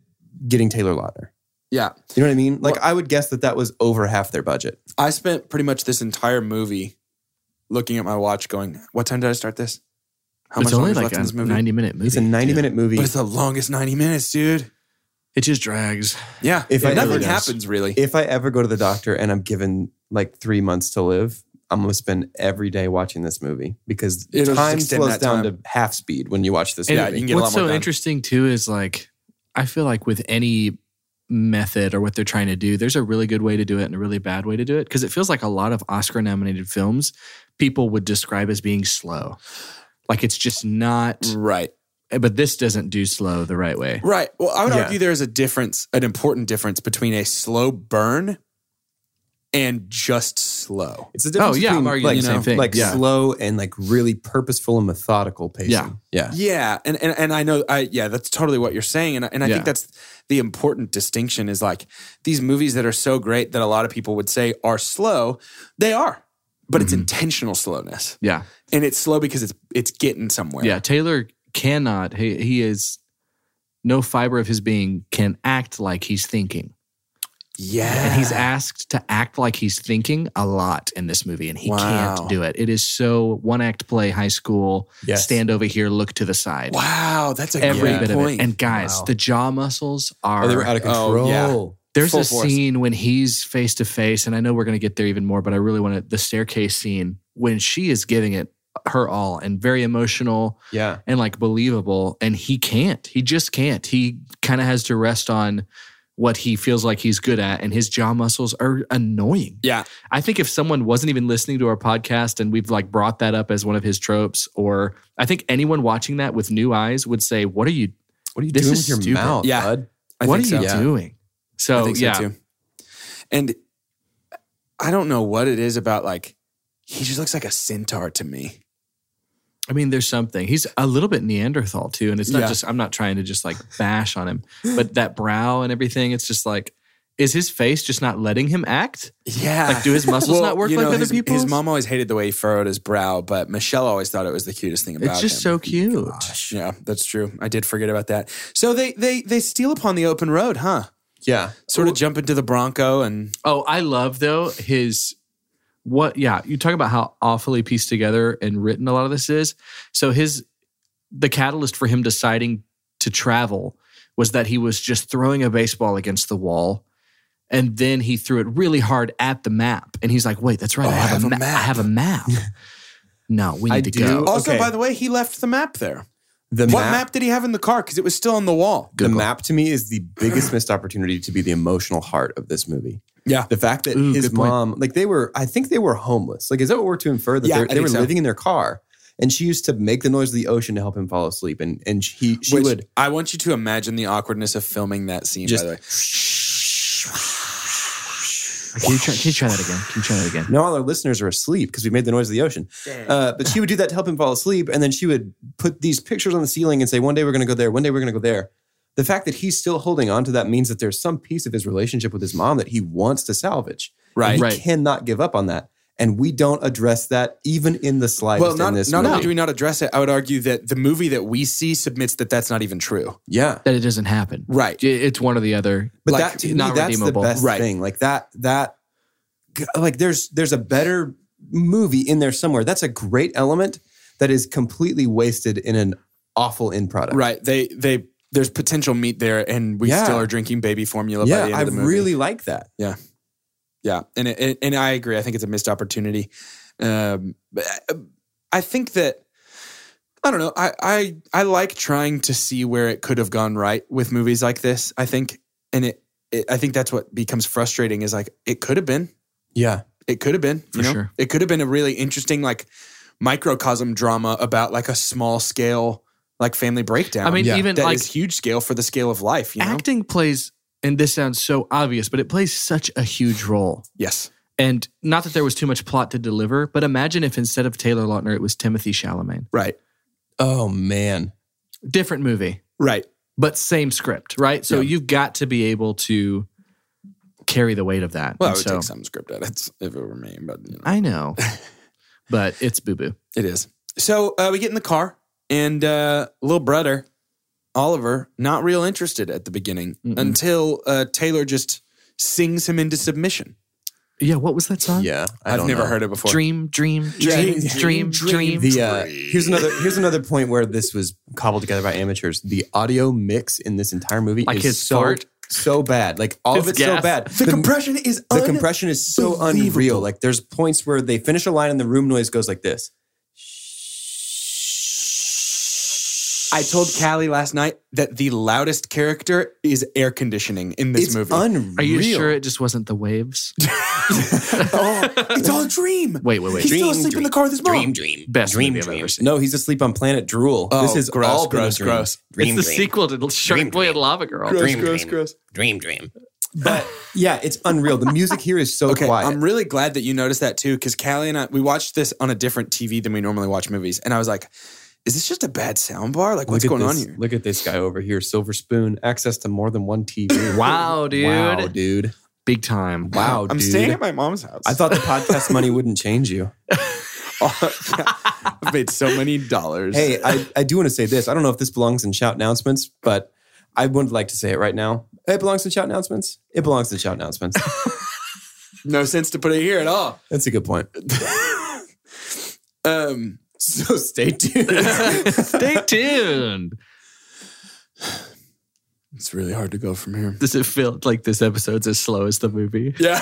Speaker 5: getting Taylor Lautner.
Speaker 4: Yeah.
Speaker 5: You know what I mean? Like I would guess that that was over half their budget.
Speaker 4: I spent pretty much this entire movie looking at my watch, going, "What time did I start this? How
Speaker 6: it's
Speaker 4: much
Speaker 6: only
Speaker 4: longer is
Speaker 6: like
Speaker 4: left
Speaker 6: a
Speaker 4: in this movie?"
Speaker 6: 90 minute movie.
Speaker 5: It's a 90
Speaker 6: Yeah.
Speaker 5: minute movie.
Speaker 4: But it's the longest ninety minutes, dude.
Speaker 6: It just drags.
Speaker 4: Yeah,
Speaker 5: If
Speaker 4: if
Speaker 5: I
Speaker 4: nothing
Speaker 5: ever-
Speaker 4: happens really.
Speaker 5: If I ever go to the doctor and I'm given like 3 months to live, I'm going to spend every day watching this movie because
Speaker 4: It'll just
Speaker 5: time
Speaker 4: extend
Speaker 5: slows
Speaker 4: that
Speaker 5: down
Speaker 4: time.
Speaker 5: to half speed when you watch this
Speaker 6: And
Speaker 4: Yeah,
Speaker 5: movie.
Speaker 4: you can get a lot
Speaker 6: what's
Speaker 4: more
Speaker 6: so
Speaker 4: done.
Speaker 6: interesting too is like, I feel like with any method or what they're trying to do, there's a really good way to do it and a really bad way to do it. Cause it feels like a lot of Oscar nominated films people would describe as being slow. Like it's just not,
Speaker 4: right,
Speaker 6: but this doesn't do slow the right way.
Speaker 4: right. Well, I would
Speaker 5: Yeah.
Speaker 4: argue there is a difference, an important difference between a slow burn and just slow.
Speaker 5: It's the difference
Speaker 6: Oh, yeah, I'm
Speaker 5: between
Speaker 6: arguing
Speaker 5: like,
Speaker 6: the same thing.
Speaker 5: like
Speaker 6: Yeah.
Speaker 5: slow and like really purposeful and methodical pacing.
Speaker 6: Yeah.
Speaker 5: yeah.
Speaker 4: Yeah, and and, and I know, I yeah, that's totally what you're saying, and I- and I
Speaker 6: Yeah.
Speaker 4: think that's the important distinction is like these movies that are so great that a lot of people would say are slow, they are, but it's
Speaker 6: Mm-hmm.
Speaker 4: intentional slowness,
Speaker 6: Yeah.
Speaker 4: and it's slow because it's it's getting somewhere.
Speaker 6: Yeah. Taylor cannot, he, he is, no fiber of his being can act like he's thinking.
Speaker 4: yeah,
Speaker 6: And he's asked to act like he's thinking a lot in this movie, and he
Speaker 4: Wow.
Speaker 6: can't do it. It is so one act play, high school,
Speaker 5: Yes.
Speaker 6: stand over here, look to the side.
Speaker 4: Wow, that's a
Speaker 6: Every
Speaker 4: great
Speaker 6: bit of
Speaker 4: point.
Speaker 6: it. And guys,
Speaker 5: Wow.
Speaker 6: the jaw muscles are.
Speaker 5: Oh, they were out of control.
Speaker 4: Oh, yeah.
Speaker 6: There's
Speaker 4: Full
Speaker 6: a
Speaker 4: force.
Speaker 6: scene when he's face to face, and I know we're going to get there even more, but I really want to. The staircase scene when she is giving it her all and very emotional
Speaker 5: Yeah.
Speaker 6: and like believable, and he can't. He just can't. He kind of has to rest on what he feels like he's good at, and his jaw muscles are annoying.
Speaker 4: yeah,
Speaker 6: I think if someone wasn't even listening to our podcast and we've like brought that up as one of his tropes, or I think anyone watching that with new eyes would say, What are you,
Speaker 5: What are you
Speaker 6: This
Speaker 5: doing
Speaker 6: is
Speaker 5: with your
Speaker 6: stupid.
Speaker 5: mouth,
Speaker 4: Yeah.
Speaker 5: bud?
Speaker 4: I
Speaker 6: what are
Speaker 4: think
Speaker 6: you
Speaker 4: so.
Speaker 6: doing? So,
Speaker 4: I think so
Speaker 6: yeah.
Speaker 4: too. And I don't know what it is about like he just looks like a centaur to me.
Speaker 6: I mean, there's something. He's a little bit Neanderthal too, and it's not
Speaker 4: Yeah.
Speaker 6: just. I'm not trying to just like bash on him, but that brow and everything. It's just like, is his face just not letting him act?
Speaker 4: Yeah.
Speaker 6: Like, do his muscles
Speaker 4: Well,
Speaker 6: not work
Speaker 4: you
Speaker 6: like
Speaker 4: know,
Speaker 6: other
Speaker 4: his,
Speaker 6: people's?
Speaker 4: His mom always hated the way he furrowed his brow, but Michelle always thought it was the cutest thing about
Speaker 6: It's just
Speaker 4: him.
Speaker 6: so cute.
Speaker 4: Yeah, that's true. I did forget about that. So they they they steal upon the open road, huh?
Speaker 5: Yeah.
Speaker 4: Sort of jump into the Bronco and
Speaker 6: Oh, I love though his what yeah, you talk about how awfully pieced together and written a lot of this is. So his the catalyst for him deciding to travel was that he was just throwing a baseball against the wall and then he threw it really hard at the map and he's like, "Wait, that's right.
Speaker 4: Oh,
Speaker 6: I, have a ma-
Speaker 4: map."
Speaker 6: I have a map." no, we need
Speaker 5: I
Speaker 6: to
Speaker 5: do-
Speaker 6: go.
Speaker 4: also,
Speaker 5: Okay.
Speaker 4: by the way, he left the map there.
Speaker 5: The
Speaker 4: What
Speaker 5: map,
Speaker 4: map did he have in the car? Because it was still on the wall.
Speaker 5: the map to me is the biggest missed opportunity to be the emotional heart of this movie.
Speaker 4: Yeah.
Speaker 5: The fact that
Speaker 6: Ooh,
Speaker 5: his
Speaker 6: good point.
Speaker 5: mom, like they were, I think they were homeless. Like, is that what we're to infer that
Speaker 4: Yeah,
Speaker 5: they're-
Speaker 4: I
Speaker 5: they
Speaker 4: think
Speaker 5: were
Speaker 4: so.
Speaker 5: living in their car? And she used to make the noise of the ocean to help him fall asleep. And and she she
Speaker 4: Which
Speaker 5: would
Speaker 4: I want you to imagine the awkwardness of filming that scene,
Speaker 5: Just-
Speaker 4: by the way.
Speaker 6: Can you, try, can you try that again? Can you try that again?
Speaker 5: Now all our listeners are asleep because we made the noise of the ocean. Uh, but she would do that to help him fall asleep, and then she would put these pictures on the ceiling and say, "One day we're going to go there. One day we're going to go there." The fact that he's still holding on to that means that there's some piece of his relationship with his mom that he wants to salvage.
Speaker 4: Right.
Speaker 5: he
Speaker 6: Right.
Speaker 5: cannot give up on that, and we don't address that even in the slightest
Speaker 4: Well, not,
Speaker 5: in this
Speaker 4: not
Speaker 5: movie.
Speaker 4: only do we not address it, I would argue that the movie that we see submits that that's not even true.
Speaker 5: yeah,
Speaker 6: That it doesn't happen.
Speaker 4: Right.
Speaker 6: It's one or the other.
Speaker 5: but
Speaker 4: Like,
Speaker 5: that to me,
Speaker 6: not
Speaker 5: that's
Speaker 6: redeemable.
Speaker 5: the best
Speaker 4: Right.
Speaker 5: thing. Like that that g- like there's there's a better movie in there somewhere. That's a great element that is completely wasted in an awful end product.
Speaker 4: Right. They they there's potential meat there, and we
Speaker 5: Yeah.
Speaker 4: still are drinking baby formula. by
Speaker 5: Yeah,
Speaker 4: the end
Speaker 5: I
Speaker 4: of the movie.
Speaker 5: really like that.
Speaker 4: yeah, and it, and- and I agree. I think it's a missed opportunity. Um, but I- I think that I don't know. I I I like trying to see where it could have gone right with movies like this. I think, and it, it I think that's what becomes frustrating is like it could have been.
Speaker 5: Yeah.
Speaker 4: It could have been,
Speaker 6: For
Speaker 4: you know?
Speaker 6: sure.
Speaker 4: It could have been a really interesting like microcosm drama about like a small scale like family breakdown.
Speaker 6: I mean,
Speaker 5: Yeah.
Speaker 6: even
Speaker 4: that
Speaker 6: like
Speaker 4: is huge scale for the scale of life. You know?
Speaker 6: acting plays and this sounds so obvious but it plays such a huge role
Speaker 4: Yes.
Speaker 6: and not that there was too much plot to deliver but imagine if instead of taylor lautner it was timothy chalamet
Speaker 4: Right.
Speaker 5: Oh man.
Speaker 6: different movie
Speaker 4: Right.
Speaker 6: but same script right so
Speaker 4: Yeah.
Speaker 6: you've got to be able to carry the weight of that
Speaker 4: Well, I
Speaker 6: And
Speaker 4: would
Speaker 6: so-
Speaker 4: take some script edits if it were me, but you know,
Speaker 6: i know but it's boo-boo
Speaker 4: it is. So uh, we get in the car, and uh, little brother Oliver not real interested at the beginning
Speaker 6: Mm-mm.
Speaker 4: until uh, Taylor just sings him into submission.
Speaker 6: yeah what was that song
Speaker 5: Yeah. I
Speaker 4: I've
Speaker 5: don't
Speaker 4: never
Speaker 5: know.
Speaker 4: heard it before.
Speaker 6: dream dream dream dream dream,
Speaker 5: the uh, here's another here's another point where this was cobbled together by amateurs. The audio mix in this entire movie
Speaker 6: Like
Speaker 5: is
Speaker 6: his
Speaker 5: so
Speaker 6: fart?
Speaker 5: so bad. Like all of
Speaker 6: His
Speaker 5: it's so
Speaker 6: gas.
Speaker 5: bad.
Speaker 4: The, compression is
Speaker 5: the
Speaker 4: un-
Speaker 5: compression is so unreal. Like there's points where they finish a line and the room noise goes like this.
Speaker 4: I told Callie last night that the loudest character is air conditioning in this
Speaker 5: it's
Speaker 4: movie.
Speaker 5: unreal.
Speaker 6: are you sure it just wasn't the waves
Speaker 4: it's all a dream.
Speaker 6: wait wait wait
Speaker 4: He's still asleep in the car with his mom.
Speaker 5: dream.
Speaker 6: best movie i've ever seen
Speaker 5: No, he's asleep on planet drool.
Speaker 4: Oh,
Speaker 5: this is
Speaker 4: gross,
Speaker 5: all been a
Speaker 4: gross,
Speaker 5: dream.
Speaker 4: gross.
Speaker 5: Dream,
Speaker 6: it's the
Speaker 5: dream.
Speaker 6: sequel to Shark Boy and Lava Girl.
Speaker 4: Gross, gross, gross.
Speaker 9: Dream Dream.
Speaker 5: But yeah, it's unreal. The music here is so
Speaker 4: Okay,
Speaker 5: quiet.
Speaker 4: I'm really glad that you noticed that too, because Callie and I we watched this on a different TV than we normally watch movies, and I was like, "Is this just a bad sound bar? Like, what's
Speaker 5: Look at
Speaker 4: going on
Speaker 5: this-
Speaker 4: here?"
Speaker 5: Look at this guy over here, Silver Spoon, access to more than one TV.
Speaker 6: Wow, dude.
Speaker 5: Wow, dude.
Speaker 6: Big time.
Speaker 5: Wow,
Speaker 4: I'm
Speaker 5: dude.
Speaker 4: staying at my mom's house.
Speaker 5: I thought the podcast money wouldn't change you.
Speaker 4: I've made so many dollars.
Speaker 5: Hey, I, I do want to say this. I don't know if this belongs in shout announcements, but I would like to say it right now. It belongs in shout announcements. It belongs in shout announcements.
Speaker 4: no sense to put it here at all.
Speaker 5: That's a good point.
Speaker 4: Um,
Speaker 5: So stay tuned.
Speaker 6: Stay tuned.
Speaker 4: it's really hard to go from here.
Speaker 6: Does it feel like this episode's as slow as the movie?
Speaker 4: Yeah,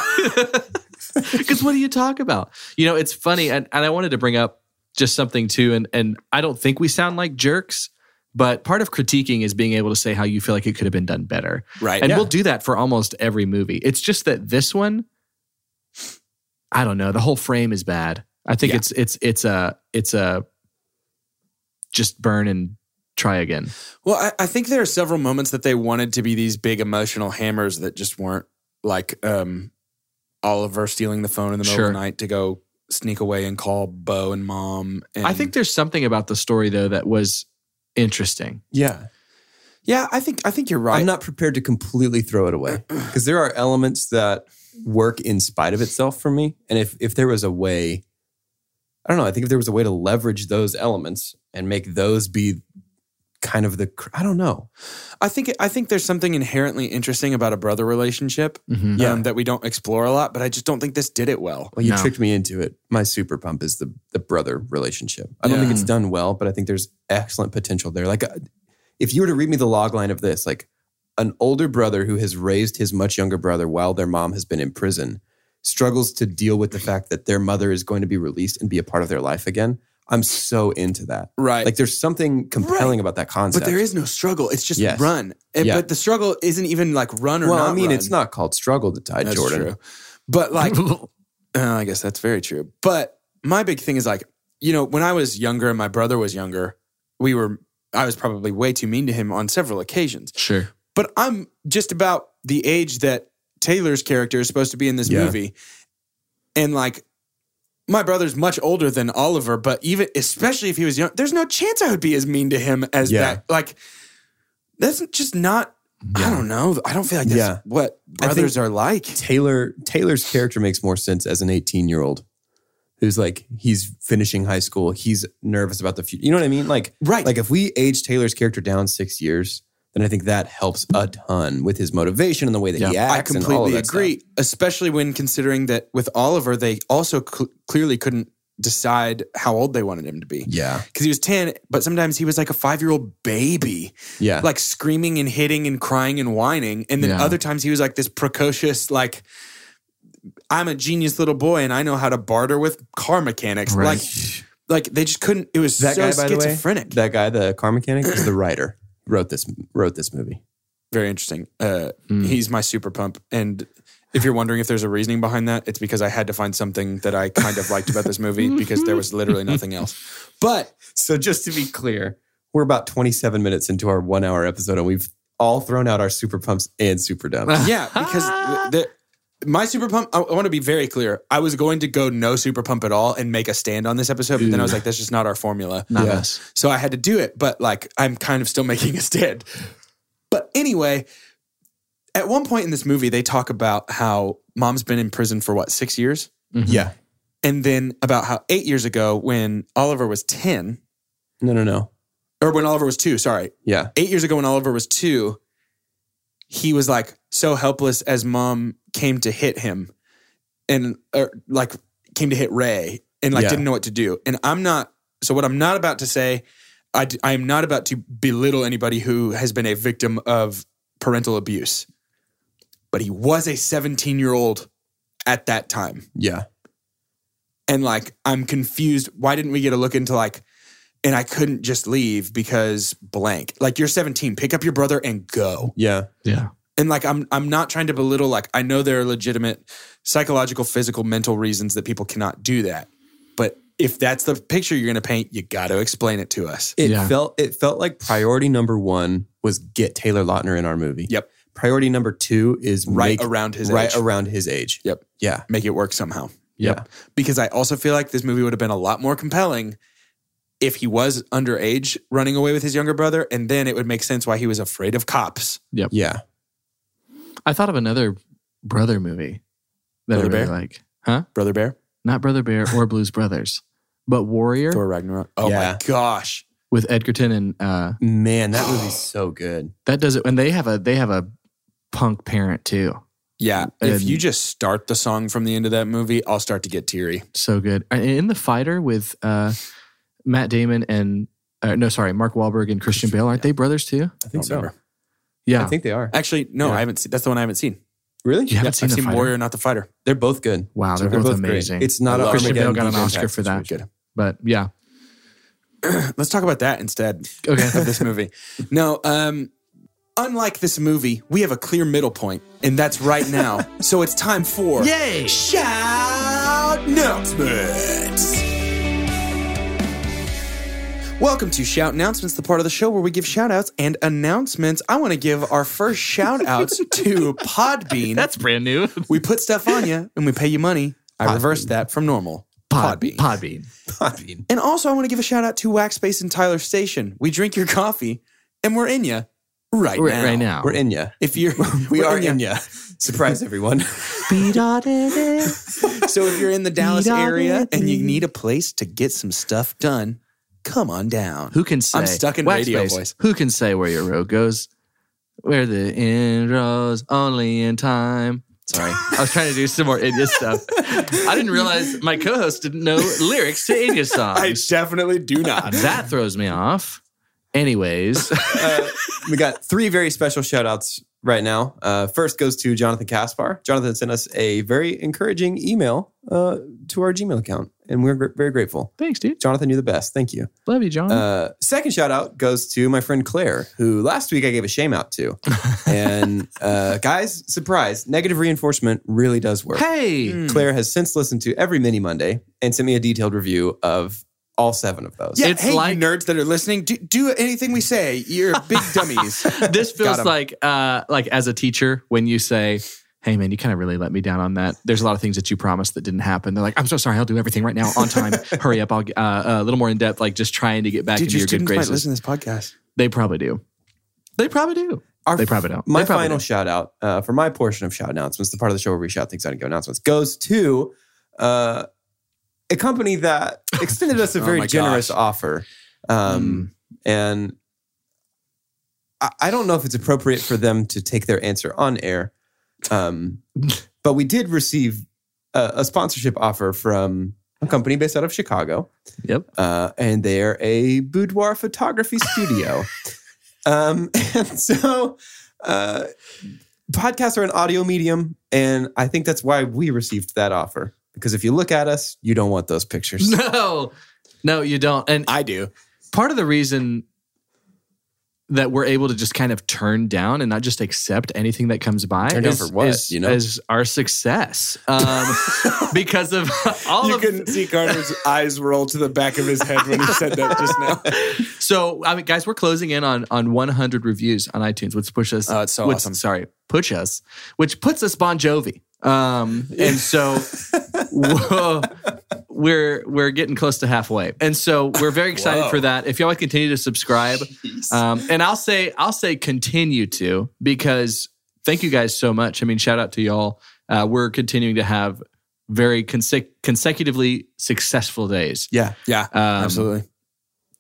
Speaker 6: Because what do you talk about? You know, it's funny, and, and I wanted to bring up just something too, and and I don't think we sound like jerks, but part of critiquing is being able to say how you feel like it could have been done better.
Speaker 4: right.
Speaker 6: And we'll do that for almost every movie. It's just that this one, I don't know, the whole frame is bad. I think
Speaker 4: Yeah.
Speaker 6: it's it's it's a it's a just burn and try again.
Speaker 4: Well, I, I think there are several moments that they wanted to be these big emotional hammers that just weren't like um, Oliver stealing the phone in the middle
Speaker 6: Sure.
Speaker 4: of the night to go sneak away and call Bo and mom. And
Speaker 6: I think there's something about the story though that was interesting.
Speaker 5: yeah.
Speaker 4: yeah, I think I think you're right.
Speaker 5: I'm not prepared to completely throw it away because there are elements that work in spite of itself for me. And if if there was a way, I don't know. I think if there was a way to leverage those elements and make those be kind of the cr- I don't know.
Speaker 4: I think I think there's something inherently interesting about a brother relationship
Speaker 6: Mhm.
Speaker 4: um, that we don't explore a lot, but I just don't think this did it well.
Speaker 5: Well, you
Speaker 6: No.
Speaker 5: tricked me into it. My super pump is the the brother relationship. I don't
Speaker 4: Yeah.
Speaker 5: think it's done well, but I think there's excellent potential there. Like, uh, if you were to read me the log line of this, like an older brother who has raised his much younger brother while their mom has been in prison struggles to deal with the fact that their mother is going to be released and be a part of their life again. I'm so into that.
Speaker 4: Right.
Speaker 5: Like, there's something compelling
Speaker 4: Right.
Speaker 5: about that concept.
Speaker 4: but there is no struggle. It's just
Speaker 5: Yes.
Speaker 4: run. And-
Speaker 5: Yeah.
Speaker 4: But the struggle isn't even like run or
Speaker 5: Well,
Speaker 4: not
Speaker 5: I mean,
Speaker 4: run.
Speaker 5: it's not called struggle to tie
Speaker 4: That's
Speaker 5: Jordan.
Speaker 4: true. But like, Uh, I guess that's very true. But my big thing is like, you know, when I was younger and my brother was younger, we were, I was probably way too mean to him on several occasions.
Speaker 6: sure.
Speaker 4: But I'm just about the age that Taylor's character is supposed to be in this
Speaker 5: Yeah.
Speaker 4: movie. And like, my brother's much older than Oliver, but even, especially if he was young, there's no chance I would be as mean to him as
Speaker 5: Yeah.
Speaker 4: that. Like, that's just not, I don't know. I don't feel like that's
Speaker 5: Yeah.
Speaker 4: what
Speaker 5: I think-
Speaker 4: brothers are like.
Speaker 5: Taylor Taylor's character makes more sense as an 18 year old who's like he's finishing high school. He's nervous about the future. You know what I mean? Like
Speaker 4: Right.
Speaker 5: Like if we age Taylor's character down six years, then I think that helps a ton with his motivation and the way that he
Speaker 4: I
Speaker 5: acts. and all of
Speaker 4: completely
Speaker 5: that stuff.
Speaker 4: agree, especially when considering that with Oliver, they also cl- clearly couldn't decide how old they wanted him to be.
Speaker 5: Yeah.
Speaker 4: Because he was 10, but sometimes he was like a five year old baby,
Speaker 5: Yeah.
Speaker 4: like screaming and hitting and crying and whining. And then
Speaker 6: Yeah.
Speaker 4: other times he was like this precocious, like, I'm a genius little boy and I know how to barter with car mechanics.
Speaker 6: Right.
Speaker 4: Like, like they just couldn't, it was
Speaker 5: that
Speaker 4: so
Speaker 5: guy, by the way,
Speaker 4: schizophrenic.
Speaker 5: that guy, the car mechanic, is the writer. Wrote this wrote this movie.
Speaker 4: Very interesting. Uh,
Speaker 6: Mm.
Speaker 4: He's my super pump. And if you're wondering if there's a reasoning behind that, it's because I had to find something that I kind of liked about this movie because there was literally nothing else. But
Speaker 5: So just to be clear, we're about 27 minutes into our one hour episode, and we've all thrown out our super pumps and super dumps.
Speaker 4: yeah, because the, the- my super pump, I, want to be very clear. I was going to go no super pump at all and make a stand on this episode, but then I was like, that's just not our formula.
Speaker 6: Not
Speaker 5: Yeah.
Speaker 6: us.
Speaker 4: So I had to do it, but like I'm kind of still making a stand. But anyway, at one point in this movie, they talk about how mom's been in prison for what, six years?
Speaker 5: yeah.
Speaker 4: and then about how eight years ago when Oliver was 10,
Speaker 5: No, no, no.
Speaker 4: or when Oliver was two, sorry,
Speaker 5: Yeah.
Speaker 4: eight years ago when Oliver was two, he was like so helpless as mom came to hit him and or, like came to hit Ray and like
Speaker 5: Yeah.
Speaker 4: didn't know what to do. And I'm not, so what I'm not about to say, I, d- I am not about to belittle anybody who has been a victim of parental abuse, but he was a 17 year old at that time.
Speaker 5: Yeah.
Speaker 4: and like I'm confused. Why didn't we get a look into like, and I couldn't just leave because blank. Like you're 17, pick up your brother and go.
Speaker 5: Yeah.
Speaker 6: Yeah.
Speaker 4: And like I'm I'm not trying to belittle. Like I know there are legitimate psychological, physical, mental reasons that people cannot do that. But if that's the picture you're gonna paint, you got to explain it to us.
Speaker 5: It
Speaker 6: Yeah.
Speaker 5: felt it felt like priority number one was get Taylor Lautner in our movie.
Speaker 4: Yep.
Speaker 5: priority number two is
Speaker 4: Right
Speaker 5: make-
Speaker 4: around his
Speaker 5: right
Speaker 4: age.
Speaker 5: around his age.
Speaker 4: Yep.
Speaker 5: Yeah.
Speaker 4: Make it work somehow.
Speaker 6: Yep.
Speaker 4: Because I also feel like this movie would have been a lot more compelling if he was underage running away with his younger brother, and then it would make sense why he was afraid of cops.
Speaker 5: Yeah.
Speaker 6: I thought of another brother movie that
Speaker 4: Brother
Speaker 6: I really
Speaker 4: Bear?
Speaker 6: like. Huh?
Speaker 4: Brother Bear,
Speaker 6: Not Brother Bear or Blues Brothers, but Warrior
Speaker 4: Thor Ragnarok. Oh
Speaker 5: Yeah.
Speaker 4: my gosh.
Speaker 6: with Edgerton and uh,
Speaker 5: Man, that movie's so good.
Speaker 6: that does it. And they have a they have a punk parent too.
Speaker 4: Yeah.
Speaker 6: And-
Speaker 4: if you just start the song from the end of that movie, I'll start to get teary.
Speaker 6: So good. And in the fighter with uh, Matt Damon and uh, no, sorry, Mark Wahlberg and Christian Bale, aren't they brothers too?
Speaker 5: I think
Speaker 4: Don't
Speaker 5: so.
Speaker 4: remember.
Speaker 6: Yeah.
Speaker 5: I think they are.
Speaker 4: Actually, no, I haven't seen that's the one I haven't seen.
Speaker 5: Really?
Speaker 6: you haven't
Speaker 4: Yep,
Speaker 6: seen,
Speaker 4: I've
Speaker 6: the
Speaker 4: seen
Speaker 6: fighter.
Speaker 4: Warrior, not the fighter.
Speaker 5: They're both good.
Speaker 6: Wow, they're, both,
Speaker 5: great.
Speaker 6: amazing.
Speaker 5: It's not
Speaker 4: I love
Speaker 6: Christian Bale
Speaker 5: Armageddon.
Speaker 6: got an
Speaker 5: defense.
Speaker 6: Oscar for that.
Speaker 4: Good.
Speaker 6: But yeah.
Speaker 4: Let's talk about that instead.
Speaker 6: Okay.
Speaker 4: of this movie. No, um, unlike this movie, we have a clear middle point, and that's right now. so it's time for
Speaker 6: Yay!
Speaker 4: Shout Announcements. Welcome to Shout Announcements, the part of the show where we give shout outs and announcements. I want to give our first shout outs to Podbean.
Speaker 6: That's brand new.
Speaker 4: we put stuff on you and we pay you money. I reversed that from normal. Podbean.
Speaker 6: Podbean.
Speaker 5: Podbean.
Speaker 4: And also, I want to give a shout out to Wax Space and Tyler Station. We drink your coffee, and we're in you
Speaker 6: Right,
Speaker 4: right, now.
Speaker 6: right now.
Speaker 5: We're in ya.
Speaker 4: If you're,
Speaker 5: We
Speaker 4: we're
Speaker 5: are
Speaker 4: ya.
Speaker 5: in ya. Surprise everyone.
Speaker 4: So if you're in the Dallas area and you need a place to get some stuff done, come on down.
Speaker 6: Who can say?
Speaker 4: I'm stuck in
Speaker 6: Wax
Speaker 4: radio
Speaker 6: space.
Speaker 4: voice.
Speaker 6: Who can say where your road goes? Where the end rolls only in time. Sorry, I was trying to do some more Inya stuff. I didn't realize my co-host didn't know lyrics to Inya songs.
Speaker 4: definitely do not.
Speaker 6: that throws me off. Anyways,
Speaker 5: Uh, we got three very special shout outs right now. Uh, first goes to Jonathan Kaspar. Jonathan sent us a very encouraging email uh, to our Gmail account, and we're gr- very grateful.
Speaker 6: thanks, dude.
Speaker 5: Jonathan, you're the best. Thank you.
Speaker 6: Love you, John.
Speaker 5: Uh, second shout out goes to my friend Claire, who last week I gave a shame out to. And uh, guys, surprise, negative reinforcement really does work.
Speaker 6: hey,
Speaker 4: Hmm.
Speaker 5: Claire has since listened to every Mini Monday and sent me a detailed review of all seven of those.
Speaker 4: Yeah,
Speaker 6: It's
Speaker 4: hey,
Speaker 6: like-
Speaker 4: you nerds that are listening, do, do anything we say. You're big dummies.
Speaker 6: this feels
Speaker 4: Got 'em.
Speaker 6: like uh like as a teacher when you say hey man you kind of really let me down on that there's a lot of things that you promised that didn't happen they're like i'm so sorry i'll do everything right now on time hurry up i'll get uh, a little more in depth like just trying to get back
Speaker 4: Dude,
Speaker 6: into your
Speaker 4: your
Speaker 6: good
Speaker 4: students might
Speaker 6: graces
Speaker 4: listen to this podcast.
Speaker 6: they probably do they probably do
Speaker 5: Our-
Speaker 6: they probably don't
Speaker 5: My
Speaker 6: They probably
Speaker 5: final
Speaker 6: do.
Speaker 5: shout out uh, for my portion of shout announcements, the part of the show where we shout things out and give announcements, goes to uh, a company that extended us a
Speaker 4: Oh
Speaker 5: very
Speaker 4: my
Speaker 5: generous
Speaker 4: gosh.
Speaker 5: offer. Um, And I, I don't know if it's appropriate for them to take their answer on air, um, but we did receive a, a sponsorship offer from a company based out of Chicago
Speaker 6: yep
Speaker 5: uh, and they're a boudoir photography studio. um, and so, uh, podcasts are an audio medium, and I think that's why we received that offer. Because if you look at us, you don't want those pictures.
Speaker 6: no no you don't and
Speaker 4: I do.
Speaker 6: part of the reason that we're able to just kind of turn down and not just accept anything that comes by
Speaker 5: Turn down
Speaker 6: is,
Speaker 5: for what,
Speaker 6: is-
Speaker 5: you know?
Speaker 6: is our success um, because of all
Speaker 4: you
Speaker 6: of
Speaker 4: couldn't see Carter's eyes roll to the back of his head when he said that just now.
Speaker 6: So, I mean, guys, we're closing in on on 100 reviews on iTunes, which push us.
Speaker 4: Oh, it's so
Speaker 6: which-
Speaker 4: awesome.
Speaker 6: Sorry, push us, which puts us Bon Jovi. Um, and so whoa, we're we're getting close to halfway, and so we're very excited for that. If y'all would continue to subscribe, um, and I'll say I'll say continue to because thank you guys so much. I mean, shout out to y'all. Uh, we're continuing to have very consec- consecutively successful days.
Speaker 5: yeah.
Speaker 4: Yeah,
Speaker 6: Um,
Speaker 4: absolutely.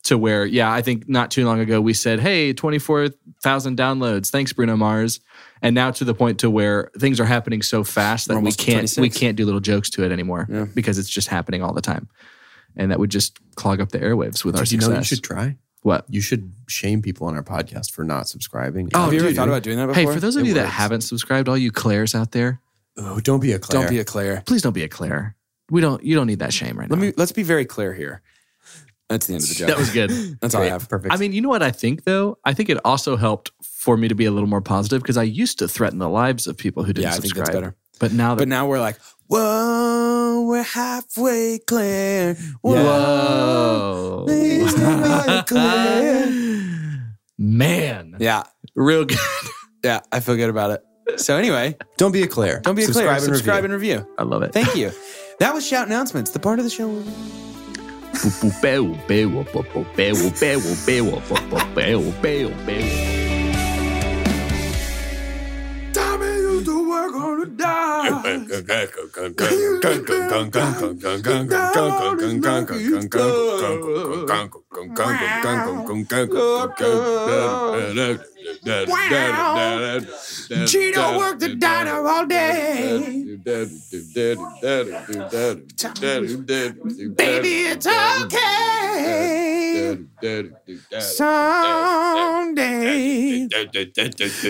Speaker 6: to where, yeah, I think not too long ago we said, hey, 24,000 downloads. Thanks, Bruno Mars. And now to the point to where things are happening so fast
Speaker 4: We're
Speaker 6: that we
Speaker 4: almost to
Speaker 6: can't
Speaker 4: 26.
Speaker 6: we can't do little jokes to it anymore
Speaker 4: Yeah.
Speaker 6: because it's just happening all the time. And that would just clog up the airwaves with our
Speaker 5: Did you know
Speaker 6: success.
Speaker 5: you should try?
Speaker 6: what?
Speaker 5: You should shame people on our podcast for not subscribing.
Speaker 6: Oh,
Speaker 4: Have you ever
Speaker 6: dude.
Speaker 4: thought about doing that before?
Speaker 6: Hey, for those of
Speaker 5: It
Speaker 6: you that
Speaker 5: works.
Speaker 6: haven't subscribed, all you Claires out there,
Speaker 5: Oh, don't be a Claire.
Speaker 4: don't be a Claire.
Speaker 6: please don't be a Claire. We don't you don't need that shame right
Speaker 4: Let
Speaker 6: now.
Speaker 4: me let's be very clear here. That's the end of the joke.
Speaker 6: that was good.
Speaker 4: That's all I have.
Speaker 5: Perfect.
Speaker 6: I mean, you know what I think though? I think it also helped for me to be a little more positive because I used to threaten the lives of people who didn't
Speaker 4: Yeah, I think
Speaker 6: subscribe.
Speaker 4: that's better.
Speaker 6: But now that
Speaker 4: But now we're like, whoa, we're halfway clear. Whoa.
Speaker 6: Whoa.
Speaker 4: Please don't be a Claire.
Speaker 6: Man.
Speaker 4: Yeah.
Speaker 6: Real good.
Speaker 4: Yeah, I feel good about it. So anyway,
Speaker 5: Don't be a Claire.
Speaker 4: don't be a
Speaker 5: subscribe
Speaker 4: clear.
Speaker 5: And
Speaker 4: subscribe
Speaker 5: review.
Speaker 4: and review.
Speaker 6: I love it.
Speaker 4: Thank you. That was shout announcements, the part of the show. Tommy used to work on the die.
Speaker 9: Cheeto worked the diner all day.
Speaker 4: Baby, it's okay. Someday,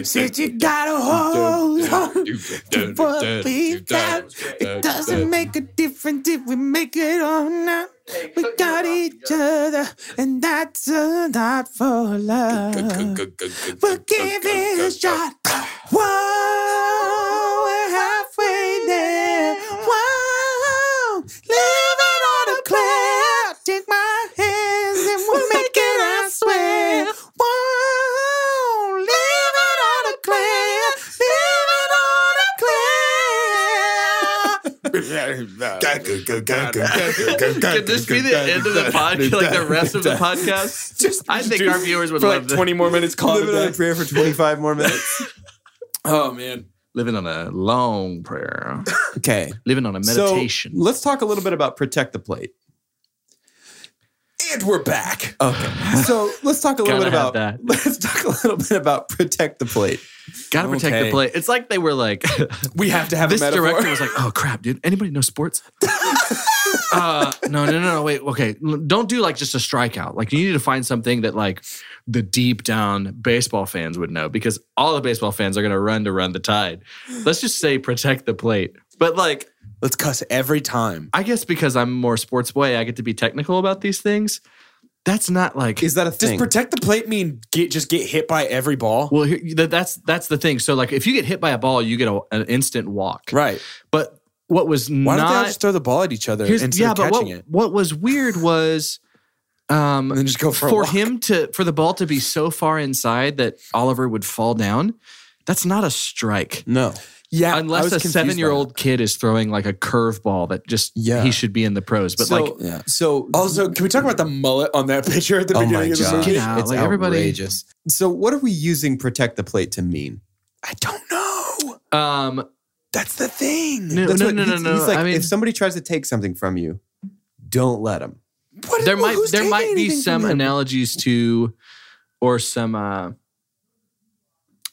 Speaker 4: since you got a hold on to what we've got, it doesn't make a difference if we make it or not. We got each other, and that's a lot for love. We'll give it a shot. Whoa, we're halfway there. Whoa, living on a cloud. Take my hands and we'll make it, I swear. Whoa, living on a cloud. Living on a cloud.
Speaker 9: Could
Speaker 10: Could this be the end of the podcast? Like the rest of the podcast?
Speaker 4: Just,
Speaker 10: I think our viewers would love this.
Speaker 4: more minutes. Call
Speaker 5: Living on a prayer for 25 more minutes.
Speaker 4: Oh man.
Speaker 6: Living on a long prayer.
Speaker 5: Okay.
Speaker 6: Living on a meditation.
Speaker 5: So let's talk a little bit about protect the plate.
Speaker 4: And we're back.
Speaker 5: Okay. So let's talk a little bit
Speaker 10: Gotta have
Speaker 5: about
Speaker 10: that.
Speaker 5: let's talk a little bit about protect the plate.
Speaker 6: Gotta protect
Speaker 4: Okay.
Speaker 6: the play. It's like they were like,
Speaker 4: We have to have
Speaker 6: this
Speaker 4: a metaphor.
Speaker 6: director was like, oh crap, dude. Anybody know sports? uh, no, no, no, no. Wait, okay. L- Don't do like just a strikeout. Like you need to find something that like the deep down baseball fans would know because all the baseball fans are gonna run to run the tide. Let's just say protect the plate. But like
Speaker 4: Let's cuss every time.
Speaker 6: I guess because I'm more sports boy, I get to be technical about these things. That's not like
Speaker 5: Is that a
Speaker 4: Does
Speaker 5: thing?
Speaker 4: protect the plate mean get just get hit by every ball?
Speaker 6: well. Here, that- that's that's the thing. So like, if you get hit by a ball, you get a, an instant walk.
Speaker 4: Right.
Speaker 6: But what was
Speaker 4: Why don't they all
Speaker 6: not
Speaker 4: just throw the ball at each other
Speaker 6: here's-
Speaker 4: instead
Speaker 6: yeah,
Speaker 4: of
Speaker 6: but what,
Speaker 4: catching it?
Speaker 6: what was weird was um
Speaker 4: And then just go for, a
Speaker 6: for
Speaker 4: walk.
Speaker 6: him to for the ball to be so far inside that Oliver would fall down. That's not a strike.
Speaker 5: no.
Speaker 4: Yeah, I was
Speaker 6: Unless a
Speaker 4: confused by
Speaker 6: seven year old kid is throwing like a curveball that just
Speaker 4: Yeah.
Speaker 6: he should be in the pros. But
Speaker 5: so,
Speaker 6: like
Speaker 4: yeah.
Speaker 5: so
Speaker 4: that. Also, can we talk about the mullet on that picture at the
Speaker 5: Oh my
Speaker 4: beginning of the
Speaker 5: God.
Speaker 4: movie?
Speaker 6: Get out.
Speaker 5: It's
Speaker 6: like everybody
Speaker 5: outrageous. so what are we using protect the plate to mean?
Speaker 4: I don't know.
Speaker 6: um
Speaker 4: That's the thing.
Speaker 6: no no
Speaker 5: That's
Speaker 6: no
Speaker 5: what-
Speaker 6: no,
Speaker 5: he's,
Speaker 6: no.
Speaker 5: he's like,
Speaker 6: I mean
Speaker 5: if somebody tries to take something from you, don't let them.
Speaker 4: What-
Speaker 6: there might
Speaker 4: who's
Speaker 6: there
Speaker 4: taking
Speaker 6: might be
Speaker 4: anything from
Speaker 6: some
Speaker 4: them?
Speaker 6: analogies to or some uh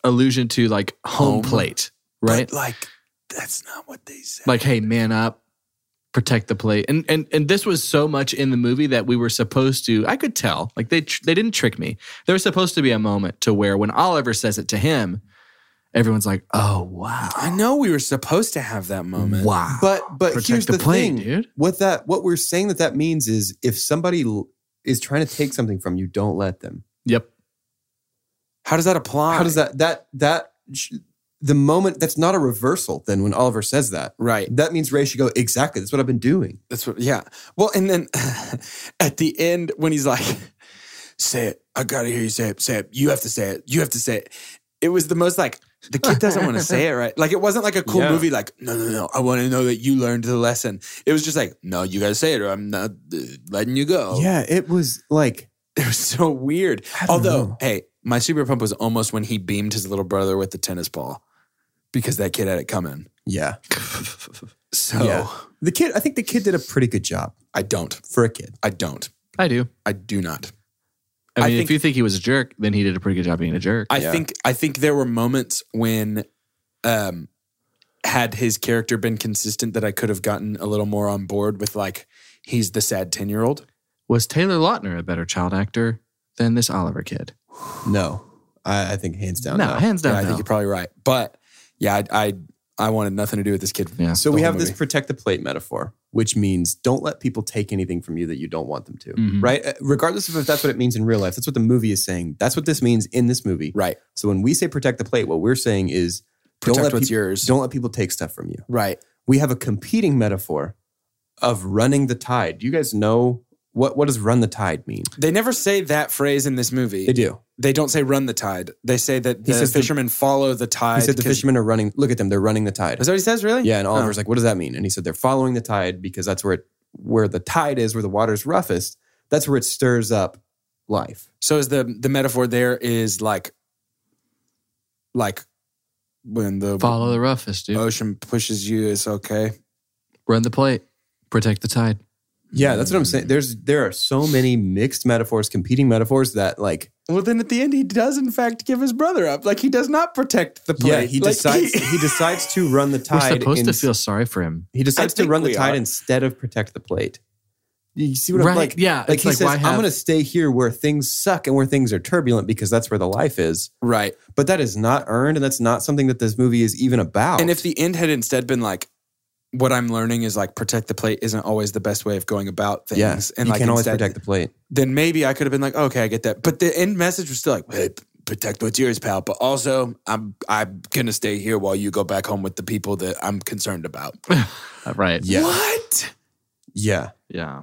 Speaker 6: allusion to like home,
Speaker 4: Home.
Speaker 6: plate,
Speaker 4: But,
Speaker 6: right?
Speaker 4: like, that's not what they said.
Speaker 6: like hey man up protect the plate and and and this was so much in the movie that we were supposed to i could tell like they tr- they didn't trick me there was supposed to be a moment to where when oliver says it to him everyone's like oh wow
Speaker 4: I know we were supposed to have that moment.
Speaker 6: wow
Speaker 5: But but
Speaker 6: Protect
Speaker 5: here's
Speaker 6: the
Speaker 5: the,
Speaker 6: plate,
Speaker 5: thing,
Speaker 6: dude.
Speaker 5: What that what we're saying that that means is if somebody l- is trying to take something from you, don't let them.
Speaker 6: yep
Speaker 4: How does that apply?
Speaker 5: How does that that that sh- the moment that's not a reversal? Then when Oliver says that,
Speaker 4: Right.
Speaker 5: that means Ray should go exactly. That's what I've been doing.
Speaker 4: That's what. Yeah. Well, and then at the end when he's like, "Say it, I gotta hear you say it. Say it. You have to say it. You have to say it." It was the most like the kid doesn't want to say it right. Like it wasn't like a cool
Speaker 5: Yeah.
Speaker 4: movie. Like no, no, no. I want to know that you learned the lesson. It was just like no, you gotta say it, or I'm not uh, letting you go.
Speaker 5: Yeah, it was like
Speaker 4: It was so weird.
Speaker 5: I don't
Speaker 4: Although,
Speaker 5: know.
Speaker 4: hey, my super pump was almost when he beamed his little brother with the tennis ball because that kid had it coming.
Speaker 5: yeah,
Speaker 4: So
Speaker 5: Yeah. the kid. I think the kid did a pretty good job
Speaker 4: I don't.
Speaker 5: for a kid.
Speaker 4: I don't.
Speaker 6: i do
Speaker 4: I do not.
Speaker 6: i
Speaker 4: I
Speaker 6: mean
Speaker 4: think-
Speaker 6: if you think he was a jerk then he did a pretty good job being a jerk
Speaker 4: I think I think there were moments when um had his character been consistent that I could have gotten a little more on board with like he's the sad 10-year-old.
Speaker 6: was taylor lautner a better child actor than this oliver kid
Speaker 5: No, I, I think hands
Speaker 6: no,
Speaker 5: down. no.
Speaker 6: hands down
Speaker 4: Yeah, I
Speaker 6: no.
Speaker 4: think you're probably right. But yeah, I I, I wanted nothing to do with this kid.
Speaker 6: Yeah.
Speaker 5: So
Speaker 4: the
Speaker 5: we
Speaker 4: whole
Speaker 5: have this
Speaker 4: movie.
Speaker 5: protect the plate metaphor, which means don't let people take anything from you that you don't want them to.
Speaker 6: Mhm.
Speaker 5: Right? Uh, Regardless of if that's what it means in real life, that's what the movie is saying. That's what this means in this movie.
Speaker 4: Right.
Speaker 5: So when we say protect the plate, what we're saying is
Speaker 4: Protect
Speaker 5: don't let
Speaker 4: what's
Speaker 5: peop-
Speaker 4: yours.
Speaker 5: Don't let people take stuff from you.
Speaker 4: Right.
Speaker 5: We have a competing metaphor of running the tide. Do you guys know What what does run the tide mean?
Speaker 4: They never say that phrase in this movie.
Speaker 5: They do.
Speaker 4: They don't say run the tide. They say that the
Speaker 5: says the-
Speaker 4: fishermen follow the tide.
Speaker 5: He said the
Speaker 4: 'cause-
Speaker 5: fishermen are running. Look at them; they're running the tide.
Speaker 4: Is that what he says, really?
Speaker 5: Yeah, and
Speaker 4: Oh.
Speaker 5: Oliver's like, "What does that mean?" And he said, "They're following the tide because that's where it, where the tide is, where the water's roughest. That's where it stirs up life."
Speaker 4: So is the the metaphor there is like like when the
Speaker 6: Follow the roughest, dude.
Speaker 4: ocean pushes you, it's okay.
Speaker 6: Run the plate. Protect the tide.
Speaker 5: Yeah, that's what I'm saying. There's there are so many mixed metaphors, competing metaphors that like
Speaker 4: Well, then at the end, he does in fact give his brother up. Like he does not protect the plate.
Speaker 5: yeah, he
Speaker 4: Like,
Speaker 5: decides he decides to run the
Speaker 6: We're
Speaker 5: tide.
Speaker 6: supposed to
Speaker 5: ins-
Speaker 6: feel sorry for him.
Speaker 5: he decides
Speaker 4: I
Speaker 5: to
Speaker 4: think
Speaker 5: run the
Speaker 4: we
Speaker 5: tide
Speaker 4: are.
Speaker 5: instead of protect the plate. You see what I'm
Speaker 6: Right,
Speaker 5: like?
Speaker 6: yeah,
Speaker 5: like
Speaker 6: it's
Speaker 5: he
Speaker 6: like,
Speaker 5: says,
Speaker 6: why
Speaker 5: "I'm
Speaker 6: have-
Speaker 5: going to stay here where things suck and where things are turbulent because that's where the life is."
Speaker 4: right.
Speaker 5: But that is not earned, and that's not something that this movie is even about.
Speaker 4: And if the end had instead been like, what I'm learning is like protect the plate isn't always the best way of going about things.
Speaker 5: yeah,
Speaker 4: and
Speaker 5: you
Speaker 4: like
Speaker 5: can always
Speaker 4: instead-
Speaker 5: protect the plate.
Speaker 4: then maybe I could have been like, okay, I get that. But the end message was still like, hey, p- protect what's yours, pal. But also, I'm I'm gonna stay here while you go back home with the people that I'm concerned about.
Speaker 6: Uh, Right.
Speaker 5: Yeah,
Speaker 4: What?
Speaker 5: yeah.
Speaker 6: Yeah.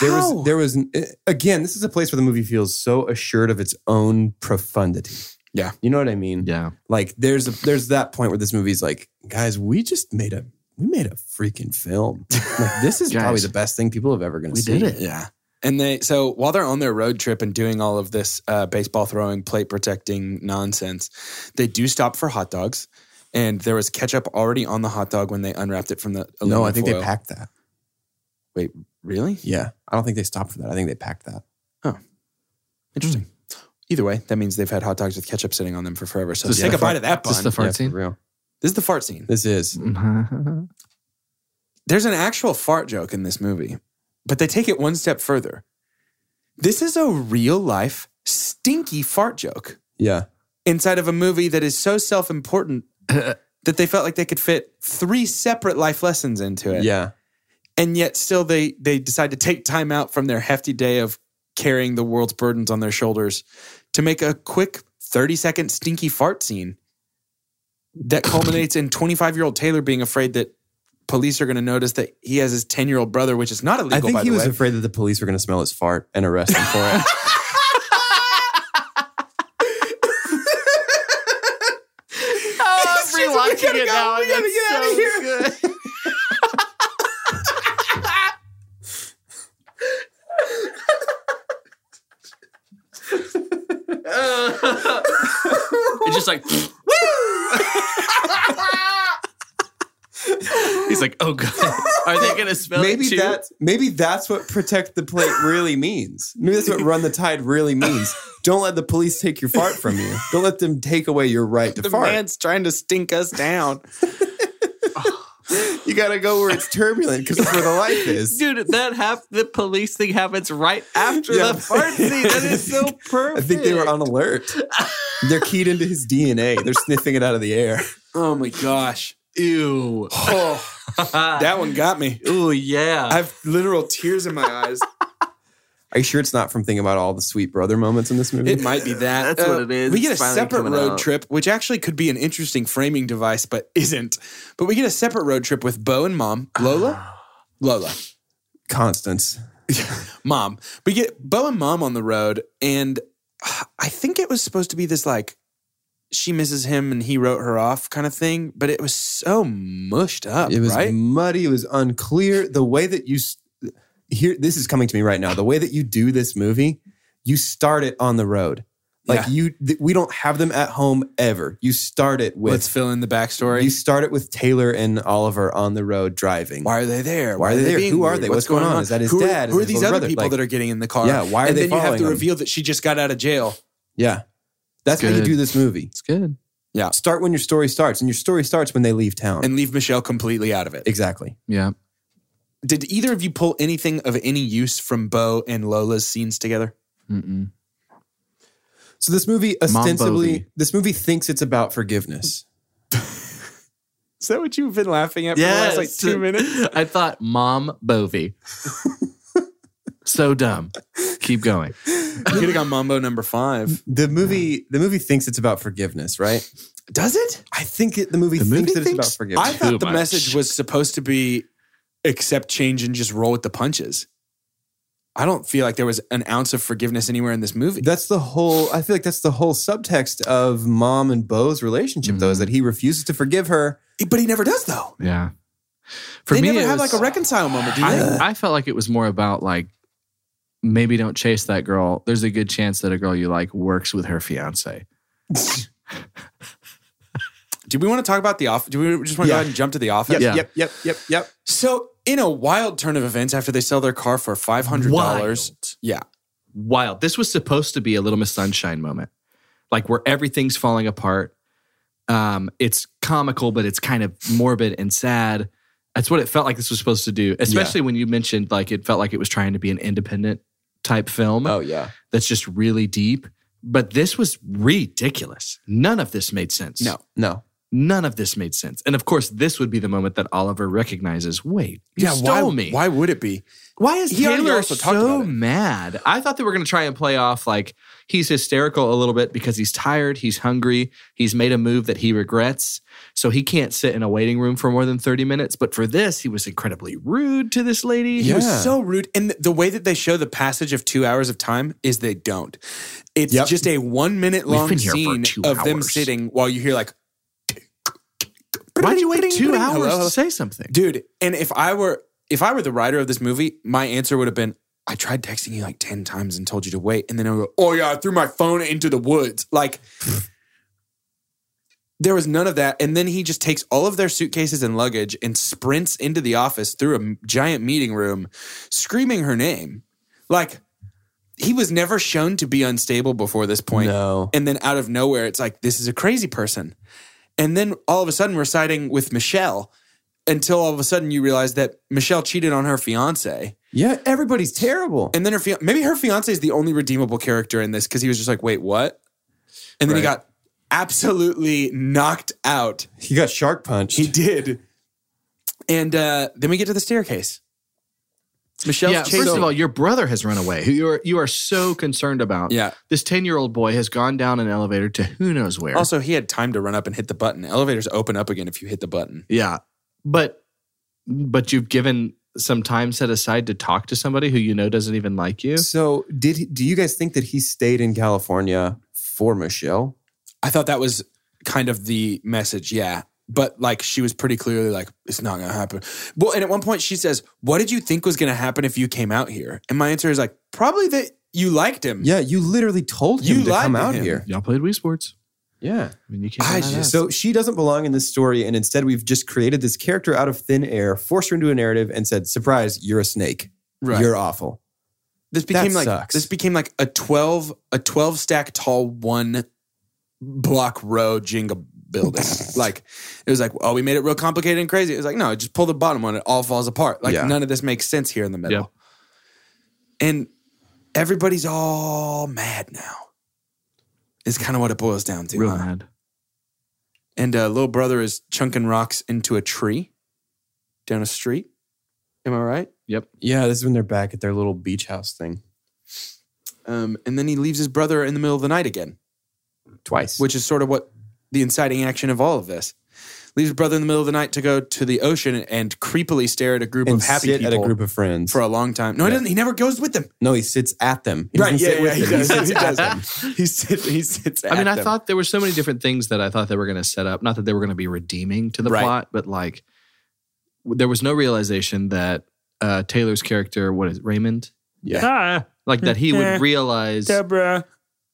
Speaker 5: There
Speaker 4: How?
Speaker 5: was there was eh, again. This is a place where the movie feels so assured of its own profundity.
Speaker 4: Yeah.
Speaker 5: you know what I mean.
Speaker 6: Yeah.
Speaker 5: Like there's a, there's that point where this movie's like, guys, we just made a we made a freaking film. Like this is
Speaker 6: Guys.
Speaker 5: probably the best thing people have ever going to
Speaker 6: We
Speaker 5: see.
Speaker 6: did it.
Speaker 4: Yeah. And they so while they're on their road trip and doing all of this uh, baseball throwing, plate protecting nonsense, they do stop for hot dogs. And there was ketchup already on the hot dog when they unwrapped it from the.
Speaker 5: No, I
Speaker 4: aluminum
Speaker 5: think
Speaker 4: foil.
Speaker 5: they packed that.
Speaker 4: Wait, really?
Speaker 5: Yeah, I don't think they stopped for that. I think they packed that.
Speaker 4: Interesting. Either way, that means they've had hot dogs with ketchup sitting on them for forever. So
Speaker 6: This
Speaker 4: take
Speaker 6: the
Speaker 4: a bite of that bun.
Speaker 6: Is this the fart
Speaker 5: yeah,
Speaker 6: scene?
Speaker 5: For real.
Speaker 4: this is the fart scene.
Speaker 5: This is
Speaker 4: There's an actual fart joke in this movie, but they take it one step further. This is a real life stinky fart joke
Speaker 5: yeah.
Speaker 4: inside of a movie that is so self important that they felt like they could fit three separate life lessons into it.
Speaker 5: Yeah.
Speaker 4: And yet still they they decide to take time out from their hefty day of carrying the world's burdens on their shoulders to make a quick 30 second stinky fart scene that culminates in 25 year old Taylor being afraid that police are going to notice that he has his 10 year old brother, which is not illegal,
Speaker 5: I think
Speaker 4: by
Speaker 5: he
Speaker 4: the
Speaker 5: was
Speaker 4: way.
Speaker 5: afraid that the police were going to smell his fart and arrest him for it.
Speaker 10: Oh, I'm rewatching it now. and it's so good.
Speaker 6: It's just like, he's like, oh god.
Speaker 10: Are they gonna smell
Speaker 5: maybe
Speaker 10: it too?
Speaker 5: that's maybe that's what protect the plate really means. Maybe that's what run the tide really means. Don't let the police take your fart from you. Don't let them take away your right to
Speaker 4: the
Speaker 5: fart.
Speaker 4: man's trying to stink us down.
Speaker 5: You gotta go where it's turbulent because that's where the life is.
Speaker 10: Dude, that hap- the police thing happens right after
Speaker 5: Yeah.
Speaker 10: the fart scene. That is so perfect.
Speaker 5: I think they were on alert. They're keyed into his DNA. They're sniffing it out of the air.
Speaker 4: oh my gosh.
Speaker 6: Ew.
Speaker 4: Oh, that one got me.
Speaker 10: Ooh, yeah.
Speaker 4: I have literal tears in my eyes.
Speaker 5: Are you sure it's not from thinking about all the sweet brother moments in this movie?
Speaker 4: It might be that. Uh,
Speaker 10: That's what it is.
Speaker 4: We get a
Speaker 10: It's finally
Speaker 4: separate
Speaker 10: coming
Speaker 4: road
Speaker 10: out.
Speaker 4: trip, which actually could be an interesting framing device, but isn't. But we get a separate road trip with Bo and Mom, Lola, Lola,
Speaker 5: Constance.
Speaker 4: Mom. We get Bo and Mom on the road, and I think it was supposed to be this like she misses him and he wrote her off kind of thing, but it was so mushed up,
Speaker 5: It was
Speaker 4: right?
Speaker 5: muddy. It was unclear. The way that you s- here, this is coming to me right now. The way that you do this movie, you start it on the road. Like
Speaker 4: Yeah.
Speaker 5: you, th- we don't have them at home ever. You start it
Speaker 4: Let's
Speaker 5: with
Speaker 4: fill in the backstory.
Speaker 5: you start it with Taylor and Oliver on the road driving.
Speaker 4: why are they there?
Speaker 5: Why are they there?
Speaker 4: being
Speaker 5: Who are
Speaker 4: weird?
Speaker 5: they? What's going on? Is that his
Speaker 4: who are,
Speaker 5: dad? Is
Speaker 4: Who are
Speaker 5: his
Speaker 4: these
Speaker 5: little
Speaker 4: other
Speaker 5: brother?
Speaker 4: people
Speaker 5: Like,
Speaker 4: that are getting in the car?
Speaker 5: yeah, why are
Speaker 4: and
Speaker 5: they
Speaker 4: then you have to
Speaker 5: following them?
Speaker 4: reveal that she just got out of jail.
Speaker 5: Yeah, that's how you
Speaker 6: Good.
Speaker 5: do this movie.
Speaker 6: It's good.
Speaker 5: Start when your story starts, and your story starts when they leave town.
Speaker 4: and leave Michelle completely out of it.
Speaker 5: exactly.
Speaker 6: Yeah.
Speaker 4: Did either of you pull anything of any use from Bo and Lola's scenes together?
Speaker 6: Mm-mm.
Speaker 5: So this movie ostensibly,
Speaker 6: Bovie.
Speaker 5: this movie thinks it's about
Speaker 4: Mm-hmm.
Speaker 5: forgiveness.
Speaker 4: Is that what you've been laughing at
Speaker 6: Yes. I thought Mom Bovie. so dumb. Keep going.
Speaker 4: Could have gone Mambo number five.
Speaker 5: The movie, the movie thinks it's about forgiveness, right?
Speaker 4: Does it?
Speaker 5: I think it, the movie
Speaker 6: The
Speaker 5: thinks
Speaker 6: movie
Speaker 5: that it's about
Speaker 6: thinks-
Speaker 5: forgiveness.
Speaker 4: I thought the
Speaker 6: much.
Speaker 4: message was supposed to be accept change and just roll with the punches. I don't feel like there was an ounce of forgiveness anywhere in this movie.
Speaker 5: That's the whole. I feel like that's the whole subtext of mom and Bo's relationship, though, is that he refuses to forgive her.
Speaker 4: But he never does, though.
Speaker 6: Yeah. For
Speaker 4: they
Speaker 6: me,
Speaker 4: never
Speaker 6: it
Speaker 4: have
Speaker 6: was,
Speaker 4: like a reconcile moment, do they?
Speaker 6: I, uh, I felt like it was more about like maybe don't chase that girl. There's a good chance that a girl you like works with her fiance.
Speaker 4: do we want to talk about the office? Do we just want to go
Speaker 5: Yeah.
Speaker 4: ahead and jump to the office?
Speaker 5: Yep,
Speaker 6: Yeah.
Speaker 5: yep, yep, yep, yep.
Speaker 4: So, in a wild turn of events, after they sell their car for five hundred dollars, yeah,
Speaker 6: Wild. This was supposed to be a Little Miss Sunshine moment, like where everything's falling apart. Um, it's comical, but it's kind of morbid and sad. That's what it felt like this was supposed to do, especially when you mentioned like it felt like it was trying to be an independent type film.
Speaker 5: Oh,
Speaker 4: yeah,
Speaker 6: that's just really deep. But this was ridiculous. None of this made sense.
Speaker 4: No.
Speaker 5: No.
Speaker 6: None of this made sense. And of course, this would be the moment that Oliver recognizes wait, you
Speaker 4: yeah.
Speaker 6: stole
Speaker 4: why?
Speaker 6: me.
Speaker 4: Why would it be?
Speaker 6: why is
Speaker 4: He already
Speaker 6: Taylor
Speaker 4: also talked
Speaker 6: so
Speaker 4: about it.
Speaker 6: mad? I thought they were going to try and play off like he's hysterical a little bit because he's tired, he's hungry, he's made a move that he regrets. So he can't sit in a waiting room for more than 30 minutes. But for this, he was incredibly rude to this lady.
Speaker 4: He was
Speaker 5: Yeah.
Speaker 4: so rude. And th- the way that they show the passage of two hours of time is they don't. It's
Speaker 5: Yep.
Speaker 4: just a one minute
Speaker 6: We've
Speaker 4: long
Speaker 6: been here for
Speaker 4: scene
Speaker 6: two
Speaker 4: of them
Speaker 6: hours.
Speaker 4: sitting while you hear like,
Speaker 6: Why did you wait two hours
Speaker 4: Hello?
Speaker 6: to say something?
Speaker 4: dude. And if I were if I were the writer of this movie, my answer would have been, I tried texting you like ten times and told you to wait, and then I would go, oh yeah, I threw my phone into the woods. Like there was none of that. And then he just takes all of their suitcases and luggage and sprints into the office through a m- giant meeting room, screaming her name. Like he was never shown to be unstable before this point.
Speaker 5: No.
Speaker 4: And then out of nowhere, it's like, this is a crazy person. And then all of a sudden, we're siding with Michelle until all of a sudden you realize that Michelle cheated on her fiance.
Speaker 5: Yeah, everybody's terrible.
Speaker 4: And then her fian- maybe her fiance is the only redeemable character in this because he was just like, wait, what? And then he
Speaker 6: Right.
Speaker 4: got absolutely knocked out.
Speaker 5: He got shark punched.
Speaker 4: He did. And uh, then we get to the staircase. It's Michelle's
Speaker 6: yeah,
Speaker 4: chasing.
Speaker 6: first of all, your brother has run away, who you are you are so concerned about.
Speaker 4: yeah.
Speaker 6: This 10-year-old boy has gone down an elevator to who knows where.
Speaker 4: Also, he had time to run up and hit the button. Elevators open up again if you hit the button.
Speaker 6: yeah. But but you've given some time set aside to talk to somebody who you know doesn't even like you.
Speaker 5: So, did he- do you guys think that he stayed in California for Michelle?
Speaker 4: I thought that was kind of the message, yeah. But like she was pretty clearly like, it's not gonna happen. Well, and at one point she says, What did you think was gonna happen if you came out here? And my answer is like, probably that you liked him.
Speaker 5: Yeah, Mm. you literally told him
Speaker 4: You
Speaker 5: to
Speaker 4: lied
Speaker 5: come
Speaker 4: to
Speaker 5: out
Speaker 4: him.
Speaker 5: here.
Speaker 6: Y'all played Wii Sports.
Speaker 5: Yeah.
Speaker 6: I mean, you can't.
Speaker 4: I
Speaker 6: deny
Speaker 4: just-
Speaker 6: that.
Speaker 5: So she doesn't belong in this story, and instead we've just created this character out of thin air, forced her into a narrative, and said, "Surprise, you're a snake.
Speaker 4: Right.
Speaker 5: You're awful."
Speaker 4: this became
Speaker 5: that
Speaker 4: like
Speaker 5: sucks.
Speaker 4: this became like a twelve a twelve stack tall one block row Jenga building. like it was like, oh, we made it real complicated and crazy. It was like, no, just pull the bottom one, it all falls apart. Like
Speaker 5: Yeah.
Speaker 4: none of this makes sense here in the middle. And everybody's all mad now. Is kind of what it boils down to.
Speaker 6: real
Speaker 4: huh?
Speaker 6: mad.
Speaker 4: And uh, little brother is chunking rocks into a tree down a street. Am I right?
Speaker 5: Yeah, this is when they're back at their little beach house thing
Speaker 4: Um, and then he leaves his brother in the middle of the night again.
Speaker 5: twice.
Speaker 4: which is sort of what the inciting action of all of this. Leaves his brother in the middle of the night to go to the ocean and creepily stare at a group
Speaker 5: and
Speaker 4: of happy
Speaker 5: sit
Speaker 4: people
Speaker 5: at a group of friends.
Speaker 4: for a long time. No, he doesn't. He never goes with them.
Speaker 5: no, he sits at them. He doesn't sit with them. sits at them.
Speaker 4: He sits. He sits.
Speaker 6: I mean,
Speaker 4: at
Speaker 6: I
Speaker 4: them.
Speaker 6: thought there were so many different things that I thought they were going to set up. Not that they were going to be redeeming to the
Speaker 4: Right.
Speaker 6: plot, but like w- there was no realization that uh, Taylor's character, what is it, Raymond,
Speaker 7: Ah,
Speaker 6: like that he
Speaker 7: Yeah.
Speaker 6: would realize.
Speaker 7: Deborah.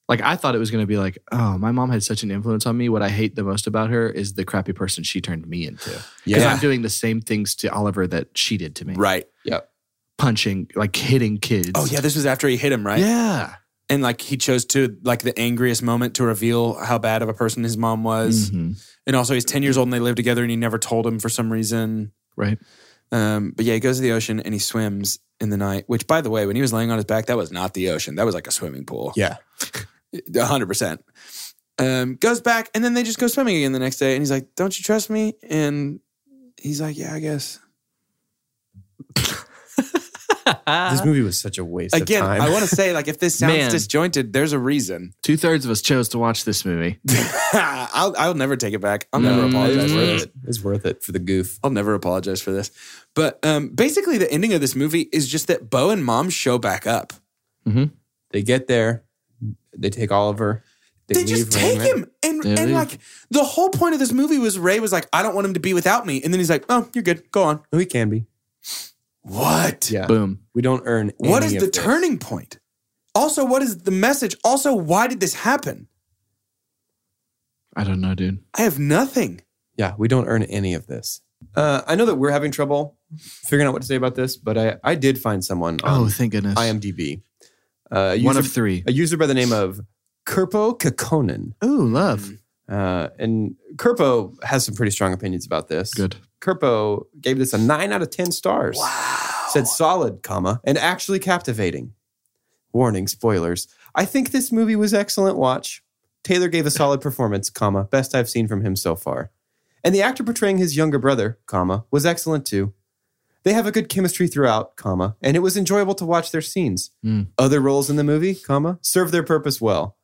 Speaker 6: Like I thought it was going to be like, oh, my mom had such an influence on me. What I hate the most about her is the crappy person she turned me into. Because
Speaker 5: Yeah.
Speaker 6: I'm doing the same things to Oliver that she did to me.
Speaker 4: Right.
Speaker 6: Punching, like hitting kids.
Speaker 4: Oh yeah, this was after he hit him, right?
Speaker 6: Yeah.
Speaker 4: And like he chose to like the angriest moment to reveal how bad of a person his mom was,
Speaker 6: Mhm.
Speaker 4: and also he's ten years old and they live together, and he never told him for some reason.
Speaker 6: Right.
Speaker 4: Um, but yeah, he goes to the ocean and he swims in the night. Which, by the way, when he was laying on his back, that was not the ocean. That was like a swimming pool.
Speaker 5: Yeah.
Speaker 4: A hundred percent. Um, goes back and then they just go swimming again the next day. And he's like, "Don't you trust me?" And he's like, "Yeah, I guess."
Speaker 5: this movie was such a waste
Speaker 4: Again,
Speaker 5: of time.
Speaker 4: I want to say, like, if this sounds
Speaker 6: Man.
Speaker 4: disjointed, there's a reason.
Speaker 6: Two thirds of us chose to watch this movie.
Speaker 4: I'll, I'll never take it back. I'll never
Speaker 6: Mm.
Speaker 4: apologize
Speaker 5: it's
Speaker 4: for
Speaker 5: worth
Speaker 4: this.
Speaker 5: it. It's worth it for the goof.
Speaker 4: I'll never apologize for this. But um, basically, the ending of this movie is just that Bo and Mom show back up.
Speaker 5: They get there. They take Oliver.
Speaker 4: They, just
Speaker 5: Rain
Speaker 4: take
Speaker 5: Man.
Speaker 4: him. And,
Speaker 6: They
Speaker 4: and
Speaker 6: leave.
Speaker 4: like, the whole point of this movie was Ray was like, I don't want him to be without me. And then he's like, oh, you're good. Go on.
Speaker 5: We can be.
Speaker 4: What?
Speaker 5: Yeah.
Speaker 6: Boom.
Speaker 5: We don't earn.
Speaker 4: What
Speaker 5: any
Speaker 4: is
Speaker 5: of
Speaker 4: the
Speaker 5: this.
Speaker 4: turning point? Also, what is the message? Also, why did this happen?
Speaker 6: I don't know, dude.
Speaker 4: I have nothing.
Speaker 5: Yeah, we don't earn any of this. Uh, I know that we're having trouble figuring out what to say about this, but I, I did find someone
Speaker 4: Um,
Speaker 5: on
Speaker 6: Oh, thank goodness.
Speaker 5: IMDb. Uh, a
Speaker 6: one
Speaker 5: user-
Speaker 6: of three.
Speaker 5: a user by the name of Kerpo Kakonen.
Speaker 6: Ooh, love.
Speaker 4: Mm.
Speaker 5: Uh, and Kerpo has some pretty strong opinions about this.
Speaker 6: Good.
Speaker 5: Kerpo gave this a nine out of ten stars.
Speaker 4: Wow.
Speaker 5: Said solid, comma, and actually captivating. Warning, spoilers. I think this movie was excellent watch. Taylor gave a solid performance, comma, best I've seen from him so far. And the actor portraying his younger brother, comma, was excellent too. They have a good chemistry throughout, comma, and it was enjoyable to watch their scenes.
Speaker 6: Mm.
Speaker 5: Other roles in the movie, comma, served their purpose well.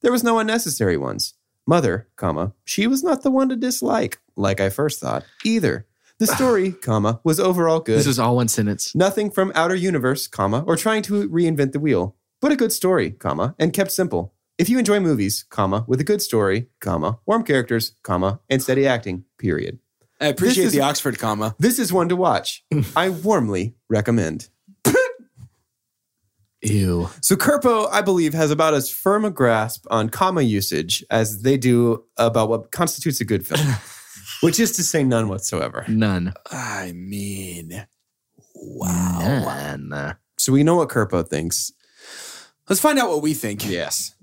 Speaker 5: There was no unnecessary ones. Mother, comma, she was not the one to dislike, like I first thought, either. The story, comma, was overall good.
Speaker 6: This is all one sentence.
Speaker 5: Nothing from outer universe, comma, or trying to reinvent the wheel, but a good story, comma, and kept simple. If you enjoy movies, comma, with a good story, comma, warm characters, comma, and steady acting, period.
Speaker 4: I appreciate
Speaker 5: This is-
Speaker 4: the Oxford comma.
Speaker 5: This is one to watch. I warmly recommend.
Speaker 6: Ew.
Speaker 5: So Kerpo, I believe, has about as firm a grasp on comma usage as they do about what constitutes a good film, which is to say none whatsoever.
Speaker 6: None.
Speaker 4: I mean, Oh,
Speaker 6: None.
Speaker 5: So we know what Kerpo thinks.
Speaker 4: let's find out what we think.
Speaker 5: Yes.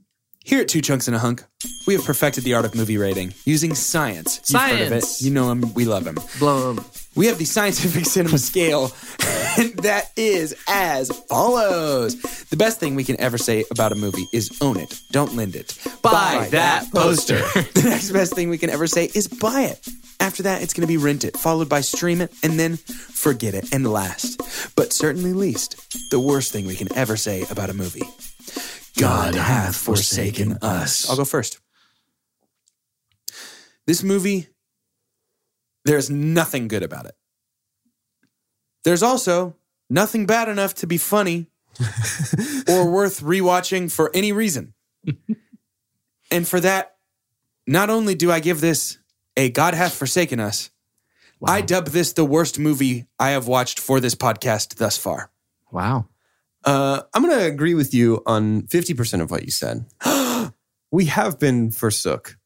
Speaker 4: Here at Two Chunks and a Hunk, we have perfected the art of movie rating using science. You've heard of it.
Speaker 6: Science.
Speaker 4: You know him. We love him.
Speaker 6: Blow 'em.
Speaker 4: We have the scientific cinema scale, and that is as follows. The best thing we can ever say about a movie is own it, don't lend it. Buy, that poster. the next best thing we can ever say is buy it. After that, it's going to be rent it, followed by stream it, and then forget it. And last, but certainly least, the worst thing we can ever say about a movie God, hath forsaken us. I'll go first. This movie, there's nothing good about it. There's also nothing bad enough to be funny or worth rewatching for any reason. and for that, not only do I give this a God hath forsaken us, I dub this the worst movie I have watched for this podcast thus far.
Speaker 6: Wow.
Speaker 5: Uh, I'm going to agree with you on 50% of what you said. we have been forsook,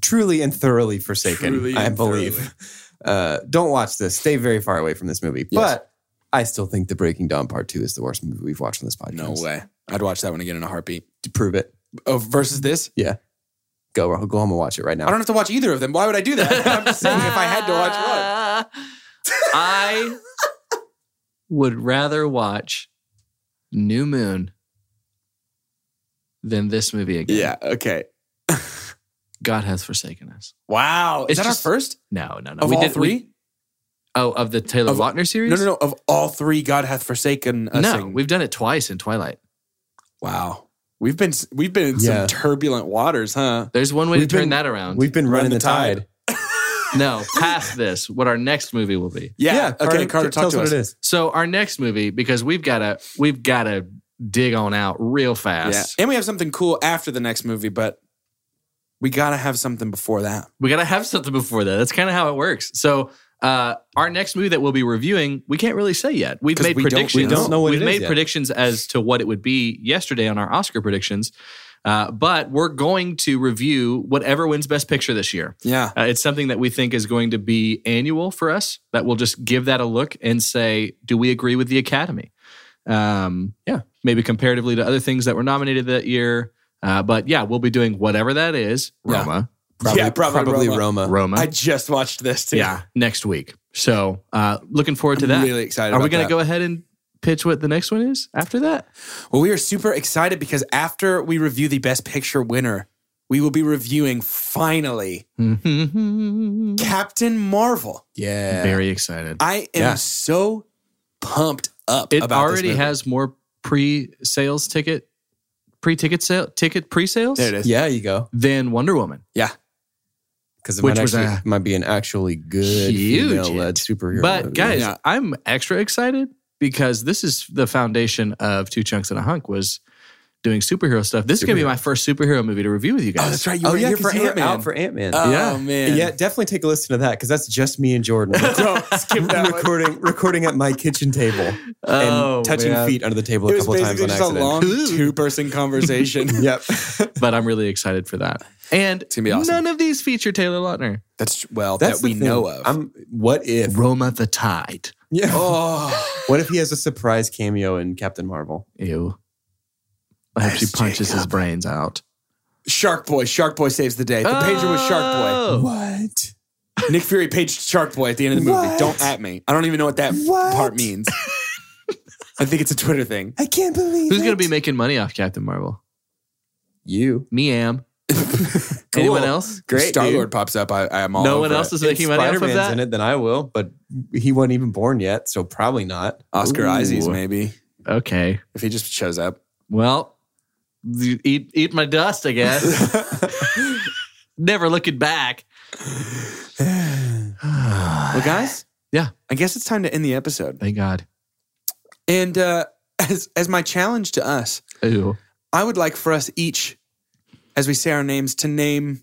Speaker 5: truly and thoroughly forsaken,
Speaker 4: Truly
Speaker 5: I
Speaker 4: and
Speaker 5: believe. Uh, don't watch this. Stay very far away from this movie. But I still think The Breaking Dawn Part 2 is the worst movie we've watched on this podcast.
Speaker 4: No way. I'd watch that one again in a heartbeat.
Speaker 5: To prove it,
Speaker 4: Oh, versus this?
Speaker 5: go, go home and watch it right now.
Speaker 4: I don't have to watch either of them. Why would I do that? I'm just saying if I had to watch
Speaker 6: Uh,
Speaker 4: one.
Speaker 6: I would rather watch New Moon than this movie again.
Speaker 4: okay.
Speaker 6: God has forsaken us.
Speaker 4: Wow. Is
Speaker 6: It's
Speaker 4: that
Speaker 6: just-
Speaker 4: our first?
Speaker 6: No, no, no.
Speaker 4: Of all three?
Speaker 6: oh, of the Taylor
Speaker 4: Of-
Speaker 6: Lautner series?
Speaker 4: No, no, Uh, no. Of all three, God hath forsaken us.
Speaker 6: No,
Speaker 4: sing.
Speaker 6: we've done it twice in Twilight.
Speaker 4: wow. We've been we've been in
Speaker 5: Yeah.
Speaker 4: some turbulent waters, huh?
Speaker 6: There's one way
Speaker 5: We've
Speaker 6: to turn
Speaker 5: been-
Speaker 6: that around.
Speaker 5: We've been
Speaker 4: Run
Speaker 5: running
Speaker 4: the
Speaker 5: the tide.
Speaker 4: tide.
Speaker 6: no, past this, what our next movie will be.
Speaker 4: Yeah. okay, Carter,
Speaker 5: tell
Speaker 4: talk to us.
Speaker 5: what it is.
Speaker 6: So our next movie, because we've gotta we've gotta dig on out real
Speaker 4: Yeah.
Speaker 6: fast.
Speaker 4: And we have something cool after the next movie, but we gotta have something before that.
Speaker 6: We gotta have something before that. That's kind of how it works. So uh, our next movie that we'll be reviewing, we can't really say yet. We've
Speaker 4: 'Cause
Speaker 6: made
Speaker 4: we don't- we
Speaker 6: predictions.
Speaker 5: don't know what
Speaker 6: We've
Speaker 5: it is
Speaker 6: made
Speaker 5: yet.
Speaker 6: predictions as to what it would be yesterday on our Oscar predictions. Uh, but we're going to review whatever wins Best Picture this year.
Speaker 4: Yeah.
Speaker 6: Uh, it's something that we think is going to be annual for us. That we'll just give that a look and say, do we agree with the Academy? Um, yeah, maybe comparatively to other things that were nominated that year. Uh, but yeah, we'll be doing whatever that is.
Speaker 4: Yeah.
Speaker 6: Roma,
Speaker 5: Probably,
Speaker 4: Yeah, probably Roma.
Speaker 5: Roma.
Speaker 6: Roma.
Speaker 4: I just watched this too.
Speaker 6: yeah, next week. So uh, looking forward to
Speaker 4: I'm
Speaker 6: that.
Speaker 4: really excited.
Speaker 6: Are we
Speaker 4: about
Speaker 6: going
Speaker 4: that.
Speaker 6: to go ahead and pitch what the next one is after that?
Speaker 4: Well, we are super excited because after we review the Best Picture winner, we will be reviewing finally Captain Marvel.
Speaker 5: Yeah.
Speaker 6: Very excited.
Speaker 4: Hmm. I am
Speaker 5: Yeah.
Speaker 4: so pumped up.
Speaker 6: It
Speaker 4: about this
Speaker 6: already
Speaker 4: movie.
Speaker 6: has more pre-sales ticket, pre-ticket sale, ticket pre-sales
Speaker 4: There it is.
Speaker 5: Yeah, you go.
Speaker 6: than Wonder Woman.
Speaker 4: Yeah.
Speaker 5: Because it
Speaker 6: Which
Speaker 5: might,
Speaker 6: was
Speaker 5: actually,
Speaker 6: a
Speaker 5: might be an actually good
Speaker 6: huge
Speaker 5: female-led
Speaker 6: hit.
Speaker 5: superhero.
Speaker 6: But
Speaker 5: movie.
Speaker 6: guys,
Speaker 4: Yeah.
Speaker 6: I'm extra excited because this is the foundation of Two Chunks and a Hunk was doing superhero stuff. This is gonna be my first superhero movie to review with you guys.
Speaker 4: Oh, that's right. You
Speaker 5: oh
Speaker 4: were
Speaker 5: yeah,
Speaker 4: here
Speaker 5: 'cause
Speaker 4: for
Speaker 5: you were
Speaker 4: Ant Man.
Speaker 5: out for Ant Man.
Speaker 4: oh
Speaker 6: Yeah.
Speaker 4: man.
Speaker 5: yeah, definitely take a listen to that because that's just me and Jordan. skip that recording, recording at my kitchen table
Speaker 6: Oh,
Speaker 5: and touching
Speaker 6: man.
Speaker 5: feet under the table a
Speaker 4: It was
Speaker 5: couple of times
Speaker 4: basically
Speaker 5: on
Speaker 4: just a
Speaker 5: accident.
Speaker 4: long two person conversation.
Speaker 5: yep.
Speaker 6: But I'm really excited for that. And
Speaker 4: gonna be awesome.
Speaker 6: none of these feature Taylor Lautner.
Speaker 4: That's well
Speaker 5: That's
Speaker 4: that we
Speaker 5: the thing.
Speaker 4: know of.
Speaker 5: I'm, what if?
Speaker 6: Roma the Tide.
Speaker 5: Yeah.
Speaker 4: oh,
Speaker 5: What if he has a surprise cameo in Captain Marvel?
Speaker 6: Ew. I hope she
Speaker 4: Nice,
Speaker 6: punches his
Speaker 4: Jacob.
Speaker 6: brains out.
Speaker 4: Shark Boy. Shark Boy saves the day. The pager was Shark
Speaker 6: Oh.
Speaker 5: What?
Speaker 4: Boy. Nick Fury paged Shark Boy at the end of the movie.
Speaker 5: What?
Speaker 4: Don't at me. I don't even know what that
Speaker 5: What?
Speaker 4: part means. I think it's a Twitter thing.
Speaker 5: I can't believe
Speaker 6: Who's gonna be making money off Captain Marvel?
Speaker 5: you?
Speaker 6: Me am. Anyone else?
Speaker 5: Great,
Speaker 4: Star Lord
Speaker 5: dude.
Speaker 4: pops up. I, I am all.
Speaker 6: No one
Speaker 4: over
Speaker 6: else
Speaker 4: it.
Speaker 6: is
Speaker 5: If
Speaker 6: making money off of
Speaker 5: Spider-Man's
Speaker 6: that.
Speaker 5: in it, then I will. But he wasn't even born yet, so probably not.
Speaker 4: Oscar
Speaker 6: Ooh.
Speaker 4: Isaacs maybe
Speaker 6: Okay.
Speaker 4: if he just shows up.
Speaker 6: Well, you eat eat my dust, I guess. Never looking back.
Speaker 4: Well, guys.
Speaker 6: Yeah.
Speaker 4: I guess it's time to end the episode.
Speaker 6: Thank God.
Speaker 4: And uh, as as my challenge to us,
Speaker 6: Ooh.
Speaker 4: I would like for us each, as we say our names, to name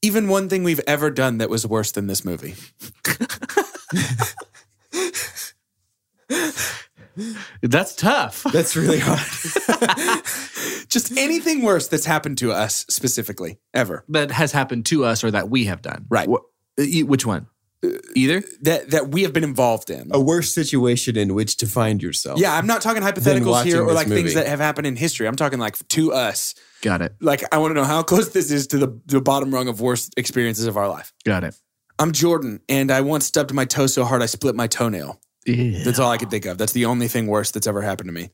Speaker 4: even one thing we've ever done that was worse than this movie.
Speaker 6: That's tough.
Speaker 5: That's really hard.
Speaker 4: Just anything worse that's happened to us specifically ever.
Speaker 6: That has happened to us or that we have done.
Speaker 4: Right.
Speaker 6: Wh- e- Which one? Either?
Speaker 4: That that we have been involved in.
Speaker 5: a worse situation in which to find yourself.
Speaker 4: Yeah, I'm not talking hypotheticals
Speaker 5: watching
Speaker 4: here or
Speaker 5: this
Speaker 4: like
Speaker 5: movie.
Speaker 4: things that have happened in history. I'm talking like to us.
Speaker 6: Got it.
Speaker 4: Like I want to know how close this is to the, the bottom rung of worst experiences of our life.
Speaker 6: Got it.
Speaker 4: I'm Jordan, and I once stubbed my toe so hard I split my toenail.
Speaker 6: Yeah.
Speaker 4: That's all I could think of. That's the only thing worse that's ever happened to me.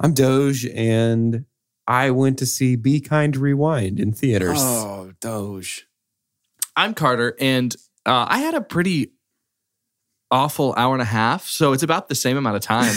Speaker 5: I'm Doge, and I went to see Be Kind Rewind in theaters.
Speaker 4: Oh, Doge.
Speaker 6: I'm Carter, and uh, I had a pretty awful hour and a half. So it's about the same amount of time.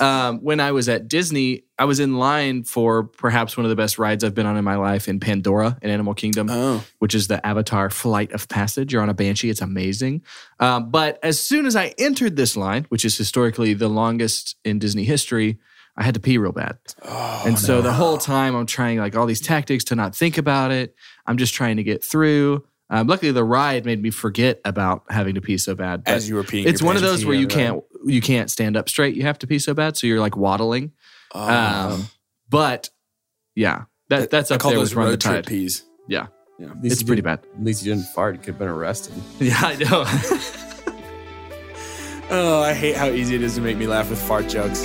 Speaker 6: um, when I was at Disney, I was in line for perhaps one of the best rides I've been on in my life in Pandora in Animal Kingdom.
Speaker 4: Oh.
Speaker 6: which is the Avatar Flight of Passage. You're on a banshee, it's amazing. Um, but as soon as I entered this line, which is historically the longest in Disney history, I had to pee real bad.
Speaker 4: Oh,
Speaker 6: and so the
Speaker 4: no.
Speaker 6: whole time I'm trying like all these tactics to not think about it. I'm just trying to get through. Um, luckily, the ride made me forget about having to pee so bad. but-
Speaker 4: as you uh, were peeing,
Speaker 6: it's
Speaker 4: your
Speaker 6: one of
Speaker 4: pants.
Speaker 6: those where you can't you can't stand up straight. You have to pee so bad, so you're like waddling.
Speaker 4: Oh.
Speaker 6: Um, but yeah, that that's
Speaker 4: I
Speaker 6: up
Speaker 4: call
Speaker 6: there
Speaker 4: those
Speaker 6: with run the
Speaker 4: road
Speaker 6: tide.
Speaker 4: trip peas.
Speaker 6: Yeah,
Speaker 4: Yeah.
Speaker 5: least
Speaker 6: it's
Speaker 5: you
Speaker 6: pretty
Speaker 5: didn't-
Speaker 6: bad.
Speaker 5: At least you didn't fart. You could have been arrested.
Speaker 6: Yeah, I know.
Speaker 4: Oh, I hate how easy it is to make me laugh with fart jokes.